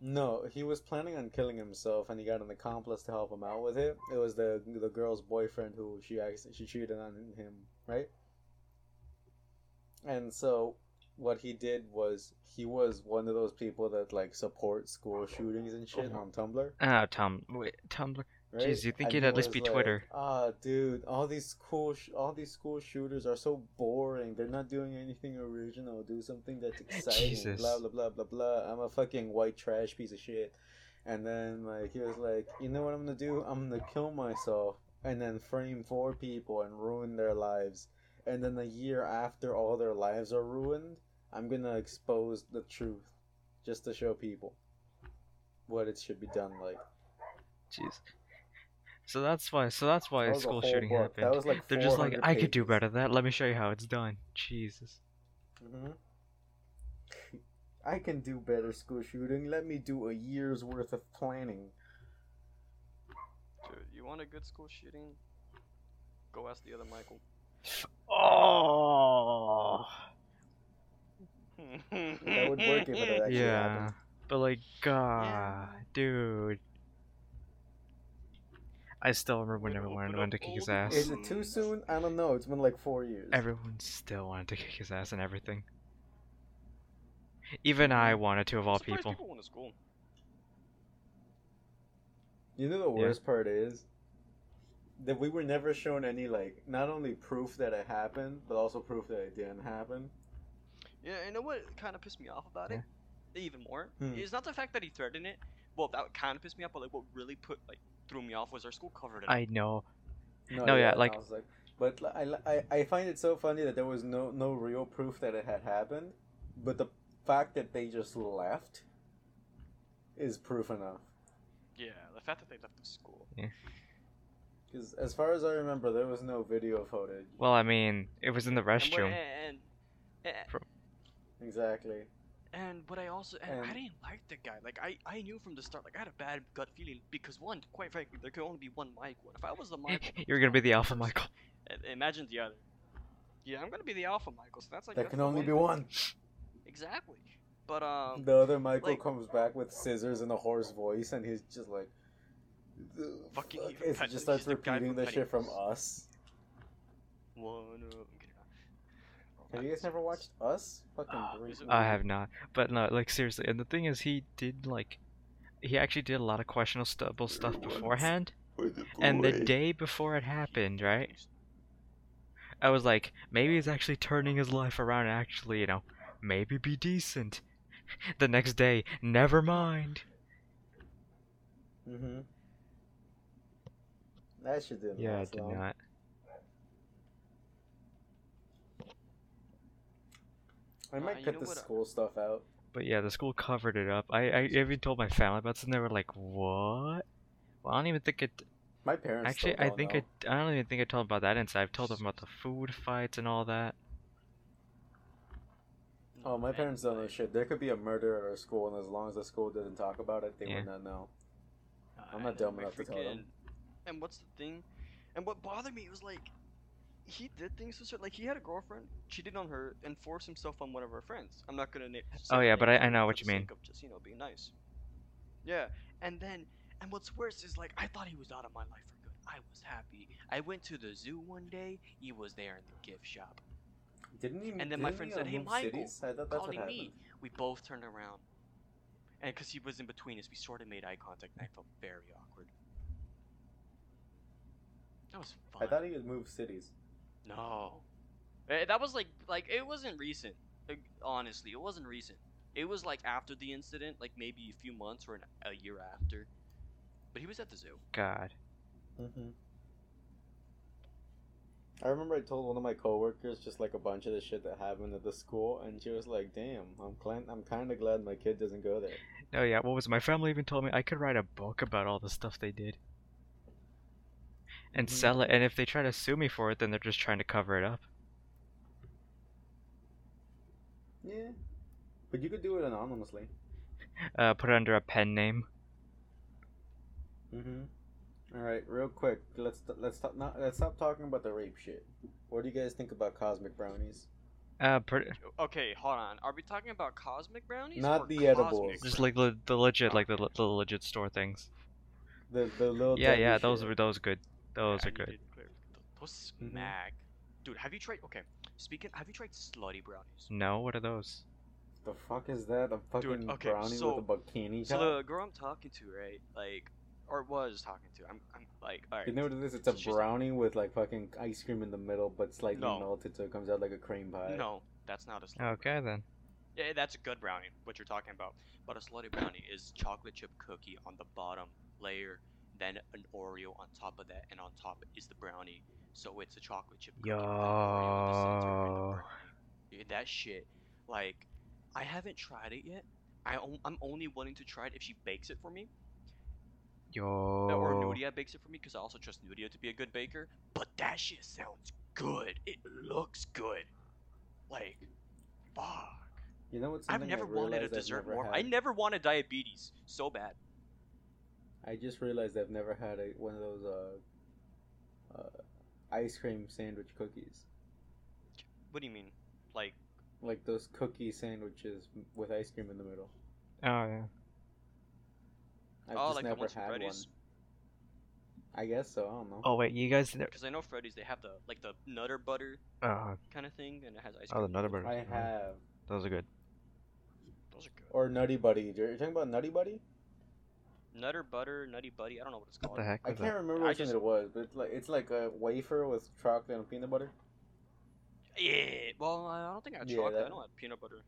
B: No, he was planning on killing himself, and he got an accomplice to help him out with it. It was the the girl's boyfriend who she acc- she cheated on him, right? And so, what he did was he was one of those people that like support school shootings and shit on Tumblr.
C: Ah, Tum, wait, Tumblr.
B: Right?
C: Jeez, you'd think
B: And
C: it'd
B: he
C: at least
B: was
C: be
B: like,
C: Twitter.
B: Ah, dude, all these cool, sh- all these school shooters are so boring. They're not doing anything original. Do something
C: [laughs]
B: that's exciting.
C: Jesus.
B: Blah blah blah blah blah. I'm a fucking white trash piece of shit. And then like he was like, you know what I'm gonna do? I'm gonna kill myself and then frame four people and ruin their lives. And then the year after all their lives are ruined, I'm gonna expose the truth just to show people what it should be done like.
C: Jeez. So that's why. So that's why
B: That
C: a
B: was a whole
C: school shooting
B: book.
C: happened.
B: That was like
C: They're just like,
B: 400
C: I could do
B: pages."
C: better than that. Let me show you how it's done. Jesus.
B: hmm Mm-hmm. I can do better school shooting. Let me do a year's worth of planning.
A: Dude, you want a good school shooting? Go ask the other Michael.
C: Oh.
A: that
B: would
A: [laughs]
B: work if it had actually
C: Yeah.
B: happened.
C: But like, God, dude. I still remember when
A: Would
C: everyone
A: open
C: wanted to
A: up
C: kick his
A: all the
C: ass.
B: Is it too soon? I don't know. It's been like four years.
C: Everyone still wanted to kick his ass and everything. Even I
B: Mm-hmm.
C: wanted to, of all
A: Surprised
C: people.
A: people went to school.
B: You know the
C: Yeah.
B: worst part is that we were never shown any like not only proof that it happened, but also proof that it didn't happen.
A: Yeah, you know what kind of pissed me off about it? Even more?
B: Hmm.
A: It's not the fact that he threatened it. Well, that kind of pissed me off, but like what really put like threw me off was our school covered it. up.
C: I know. No, yeah, like-
B: I was like, but li- I, li- I, I find it so funny that there was no no real proof that it had happened, but the fact that they just left is proof enough.
A: Yeah, the fact that they left the school.
B: Because as far as I remember, there was no video footage.
C: Well, I mean, it was in the
A: And what-
C: restroom. [laughs]
A: And, and,
B: Exactly.
A: and what I also and, I
B: And-
A: didn't like the guy. Like I, I knew from the start. Like I had a bad gut feeling because one, quite frankly, there could only be one Michael. If I was
C: [laughs]
A: the Michael, that
C: You're
A: was
C: gonna be
A: out
C: the Alpha
A: first,
C: Michael.
A: i- imagine the other. Yeah, I'm gonna be the alpha Michael. So that's like
B: There
A: that's
B: can
A: the
B: only be
A: thing.
B: one.
A: Exactly. But um,
B: The other Michael
A: like-
B: comes back with scissors and a hoarse voice, and he's just like, "The
A: Fucking
B: fuck
A: evil
B: is-"
A: Penny-
B: just starts
A: he's the guy
B: repeating
A: from
B: the shit from
A: Pennyworth.
B: Us.
A: One up. I'm kidding.
B: Have you guys never watched Us? Fucking
A: Ah,
B: great
A: is it-
B: movie.
C: I have not. But no, like seriously. And the thing is, he did like, he actually did a lot of questionable stuff beforehand. And the day before it happened, right? I was like, maybe he's actually turning his life around and actually, you know, maybe be decent. [laughs] The next day, never mind.
B: Mm-hmm. That shit didn't
C: Yeah, I
B: last
C: did
B: long.
C: not.
B: I might
A: Uh, you
B: cut
A: know
B: the
A: what, uh,
B: school stuff out.
C: But yeah, the school covered it up. I, I even told my family about it, and they were like, "What?" Well, I don't even think it.
B: My parents still
C: Actually, I
B: don't
C: think
B: know.
C: I. I don't even think I told them about that inside. I've told them about the food fights and all that.
B: Oh, my
A: And,
B: parents don't know
A: like,
B: shit. There could be a murder at our school, and as long as the school doesn't talk about it, they
C: Yeah.
B: would not know.
A: uh,
B: I'm
A: and
B: not
A: then
B: dumb
A: my
B: enough to tell them.
A: freaking- And what's the thing? And what bothered me was like, he did things to her. Like he had a girlfriend, cheated on her, and forced himself on one of her friends. I'm not gonna name. say
C: Oh,
A: her
C: yeah, but
A: name
C: I- I
A: for-
C: know
A: for
C: what
A: the
C: you mean.
A: sake Of just you know being nice. Yeah, and then and what's worse is like I thought he was out of my life for good. I was happy. I went to the zoo one day. He was there in the gift shop.
B: Didn't he?
A: And then my
B: didn't
A: friend
B: he
A: said, "Hey,
B: remove
A: Michael,
B: cities? I thought that's what
A: calling me.
B: happened.
A: We both turned around. And because he was in between us, we sort of made eye contact, and I felt very awkward. That was fun.
B: I thought he would move cities.
A: No. Eh, That was like like it wasn't recent. Like, Honestly, it wasn't recent. It was like after the incident, like maybe a few months or an, a year after. But he was at the zoo.
C: God.
B: Mm-hmm. I remember I told one of my coworkers just like a bunch of the shit that happened at the school, and she was like, "Damn, I'm glad. I'm kind of glad my kid doesn't go there."
C: Oh yeah, what was it? my family even told me I could write a book about all the stuff they did. And
B: Mhm.
C: sell it, and if they try to sue me for it, then they're just trying to cover it up.
B: Yeah, but you could do it anonymously.
C: Uh, put it under a pen name.
B: Mm-hmm. All right, real quick, let's let's stop not let's stop talking about the rape shit. What do you guys think about cosmic brownies?
C: Uh, put,
A: Okay, hold on. Are we talking about cosmic brownies?
B: Not
A: or
B: the
A: cosmic
B: edibles.
C: just
A: brownies?
C: like le- the legit, like the, le- the legit store things.
B: The the little
C: Yeah,
B: deadly
C: yeah, those
B: shit.
C: were those good. Those
A: I
C: are good.
A: need to clear- Those
B: Mhm.
A: smack. Dude, have you tried? Okay, speaking. Have you tried slutty brownies?
C: No, what are those?
B: The fuck is that? A fucking
A: okay,
B: brownie
A: so-
B: with a bikini
A: So
B: top?
A: the girl I'm talking to, right? Like, or was talking to. I'm, I'm like, all right.
B: You know what it is? It's a
A: So she's-
B: brownie with like fucking ice cream in the middle, but slightly
A: No.
B: melted, so it comes out like a cream pie.
A: No, that's not a slutty.
C: Okay then.
A: Yeah, that's a good brownie. What you're talking about, but a slutty brownie is chocolate chip cookie on the bottom layer, then an Oreo on top of that, and on top is the brownie. So it's a chocolate chip cookie. with an Oreo in the center and the
C: Yo.
A: brownie. Dude, that shit, like, I haven't tried it yet. I on- I'm only willing to try it if she bakes it for me, or
C: Yo.
A: Nudia bakes it for me, because I also trust Nudia to be a good baker. But that shit sounds good. It looks good. Like, fuck.
B: You know what's
A: I've
B: something I
A: never wanted a
B: realized I've
A: dessert
B: never
A: more. I
B: had?
A: never wanted diabetes so bad.
B: I just realized I've never had a, one of those uh, uh, ice cream sandwich cookies,
A: What do you mean? Like,
B: like those cookie sandwiches with ice cream in the middle.
C: Oh yeah.
B: I've
A: oh,
B: just
A: like the
B: never
A: ones from
B: had one.
A: Freddy's?
B: I guess so. I don't know.
C: Oh wait, you guys. ne-
A: Because I know Freddy's, they have the like the nutter butter
C: Uh,
A: kind of thing, and it has ice cream.
C: oh, the Nutter Butter.
B: I
C: Mm,
B: have
C: Those are good.
A: Those are good.
B: or Nutty Buddy. You're talking about Nutty Buddy?
A: Nutter butter, nutty buddy. I don't know what it's
C: What
A: called.
C: the heck?
B: I
C: was that?
B: can't remember
A: I
B: which
A: just-
B: one it was, but it's like it's like a wafer with chocolate and peanut butter.
A: Yeah. Well, I don't think I had
B: Yeah,
A: chocolate.
B: that-
A: I don't have peanut butter.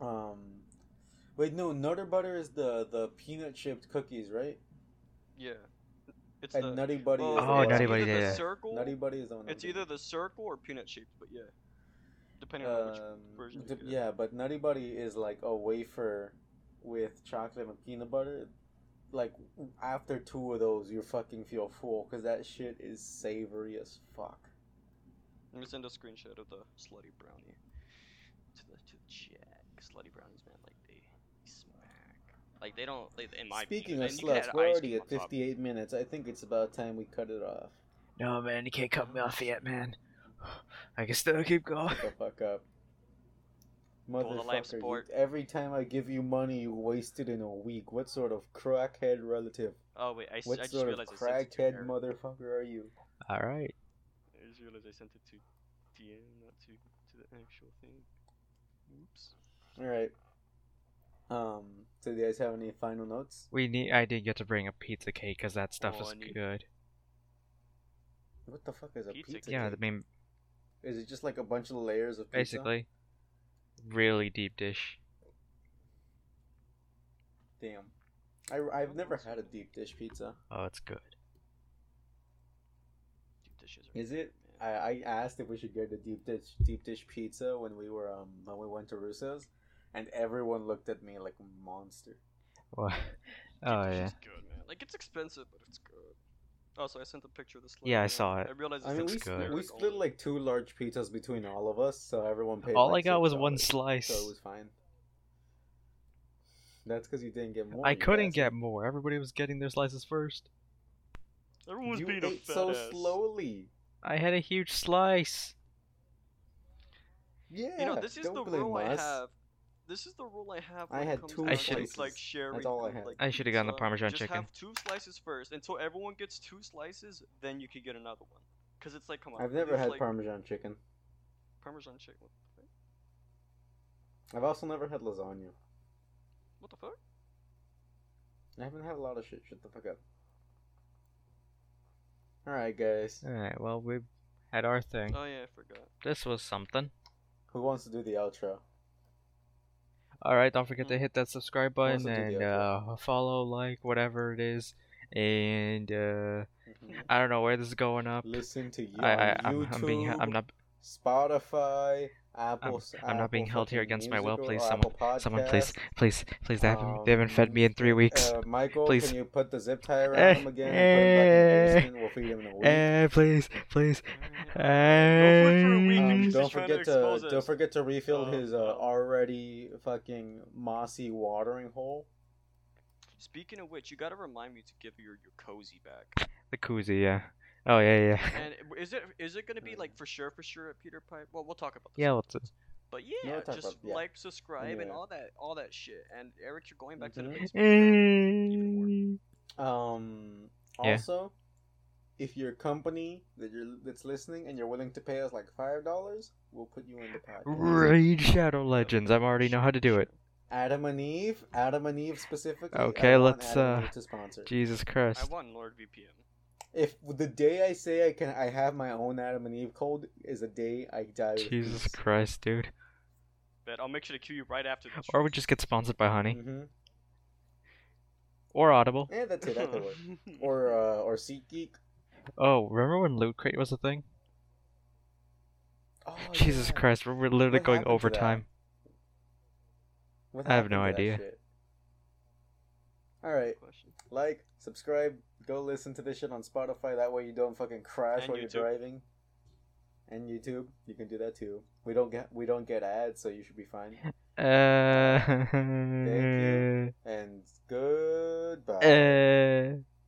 B: Um, wait, no, Nutter Butter is the the peanut chipped cookies, right?
A: Yeah. It's
B: And
A: the.
B: Nutty Buddy.
A: well,
B: is the
A: it's
C: Oh,
B: one-
C: Nutty
A: either
C: Buddy,
A: the
C: yeah, yeah.
A: Circle,
B: Nutty Buddy is the one.
A: It's
B: I'm
A: either
B: thinking.
A: the circle or peanut shaped, but yeah. Depending on which.
B: Um,
A: version
B: d-
A: you get.
B: yeah, but Nutty Buddy is like a wafer with chocolate and peanut butter. Like after two of those, you fucking feel full because that shit is savory as fuck.
A: Let me send a screenshot of the slutty brownie to the to the chat. 'Cause Slutty brownies, man, like they, they smack. Like they don't. Like, in my
B: Speaking
A: opinion,
B: of
A: and you can
B: sluts,
A: add
B: we're
A: ice
B: already
A: cream
B: at
A: on top.
B: fifty-eight minutes. I think it's about time we cut it off.
C: [clears throat] No, man, you can't cut me off yet, man. [sighs] I can still keep going.
B: Shut the fuck up.
A: the lamp
B: Motherfucker, you,
A: sport.
B: every time I give you money, you waste it in a week. What sort of crackhead relative?
A: Oh wait, I, s-
B: What
A: I just
B: sort of
A: realized I sent it to
B: crackhead
A: Eric.
B: motherfucker are you?
C: All right.
A: I just realized I sent it to DM, not to to the actual thing. Oops.
B: Alright. Um, so do you guys have any final notes?
C: We need. I did get to bring a pizza cake because that stuff
A: Oh,
C: is
A: I need-
C: good.
B: What the fuck is a
A: Pizza
B: pizza?
A: cake.
B: cake?
C: Yeah, I mean,
B: Is it just like a bunch of layers of pizza?
C: basically, really deep dish.
B: Damn. I, I've never had a deep dish pizza.
C: Oh, it's good. [laughs]
A: Dude, this shit's
B: Is it? I,
A: man.
B: I asked if we should get the deep dish deep dish pizza when we were um when we went to Russo's, and everyone looked at me like a monster.
C: Well,
A: Dude,
C: oh
A: this
C: yeah.
A: shit's good, man. Like it's expensive, but it's good. Also, I sent a picture of the slutty.
C: Yeah, I
A: brownie.
C: saw it.
A: I realized
B: I
A: I
B: mean,
C: That's
B: we,
A: sent
B: spl-
A: to
C: good.
A: Eric
B: we split
A: only.
B: like two large pizzas between all of us, so everyone paid.
C: All
B: like,
C: I got was one
B: $6.
C: slice.
B: So it was fine. That's because you didn't get more.
C: I
B: you
C: couldn't
B: bastard.
C: get more. Everybody was getting their slices first.
A: Everyone was
B: you
A: being a
B: ate
A: fat
B: so
A: ass.
B: slowly.
C: I had a huge slice.
B: Yeah.
A: You know, this is
B: don't
A: the
B: blame
A: rule
B: us.
A: I have. This is the rule I have.
B: I
A: When
B: had
A: it comes
B: two
A: down to
C: slices.
A: things like sharing.
B: all I
A: food,
B: had.
A: like
C: I should've gotten the
A: pizza.
C: Parmesan
A: Just
C: chicken.
A: have two slices first until everyone gets two slices. Then you can get another one. Cause it's like, come on.
B: I've
A: there's,
B: never had
A: like,
B: Parmesan chicken.
A: Parmesan chicken. What the fuck?
B: I've also never had lasagna.
A: What the fuck?
B: I haven't had a lot of shit. Shut the fuck up. All right, guys.
C: All right. Well, we at our thing.
B: Uh,
A: Oh yeah, I forgot.
C: [laughs] This was something.
B: Who wants to do the
A: [laughs]
B: outro?
C: All right, don't forget to hit that subscribe button
B: Also uh, do the
C: and
B: outro.
C: uh, follow, like, whatever it is. And uh, I don't know where this is going up.
B: Listen to you
C: I, I
B: on
C: I'm,
B: YouTube,
C: I'm being I'm not
B: Spotify, Apple.
C: I'm not being
B: Apple
C: held here
B: fucking
C: against my will.
B: Music or
C: Please,
B: Apple
C: someone please
B: Podcasts.
C: please please they haven't they haven't fed
B: Um,
C: me in three weeks.
B: Uh, Michael,
C: Please.
B: can you put the zip
C: [laughs]
B: tie around
C: Eh,
B: him again? and put him back in the
C: eh,
B: basement. We'll feed him in a week.
C: [laughs] Eh, please
B: [laughs]
C: please. Uh.
A: week,
C: eh.
A: he's
B: Um,
A: just
B: don't
A: trying
B: forget
A: to
B: to,
A: expose us.
B: don't forget to refill
A: Oh,
B: his uh,
A: oh.
B: already fucking mossy watering hole.
A: Speaking of which, you gotta remind me to give your your cozy
C: [laughs]
A: back.
C: The koozie, yeah. Oh yeah, yeah.
B: [laughs]
A: And is it is it gonna be like for sure for sure at Peter Pipe? Well, we'll talk about this.
C: Yeah, what's
A: But
B: we'll
A: yeah,
B: talk
A: just
B: about- yeah.
A: like subscribe and
B: Yeah.
A: all that all that shit. And Eric, you're going back to
B: Mhm.
A: the basement.
C: it?
B: Um.
C: Yeah.
B: Also, if your company that you're that's listening and you're willing to pay us like five dollars, we'll put you in the podcast.
C: Raid Mm. Shadow Legends. I already know how to do it.
B: Adam and Eve, Adam and Eve specifically.
C: Okay,
B: I want
C: let's,
B: Adam and
C: uh,
B: Eve to sponsor.
C: Jesus
A: I
C: Christ.
A: won Lord VPN.
B: If the day I say I can, I have my own Adam and Eve code is the day I die. with
C: Jesus
B: peace.
C: Christ, dude.
A: But I'll make sure to cue you right after this.
C: Or we just get sponsored by Honey
B: Mhm.
C: or Audible.
B: Yeah, that's it. That
A: [laughs]
B: could work. Or uh, or SeatGeek.
C: Oh, remember when Loot Crate was a thing?
B: Oh,
C: Jesus
B: yeah.
C: Christ, we're we're literally
B: What
C: going
B: happened to that?
C: overtime.
B: What
C: I have no
B: happened to that
C: idea.
B: shit? All right, like, subscribe, go listen to this shit on Spotify. That way you don't fucking crash
A: And
B: while
A: YouTube.
B: you're driving. And YouTube, you can do that too. We don't get we don't get ads, so you should be
C: [laughs]
B: fine.
C: Uh.
B: And goodbye.
C: [laughs] uh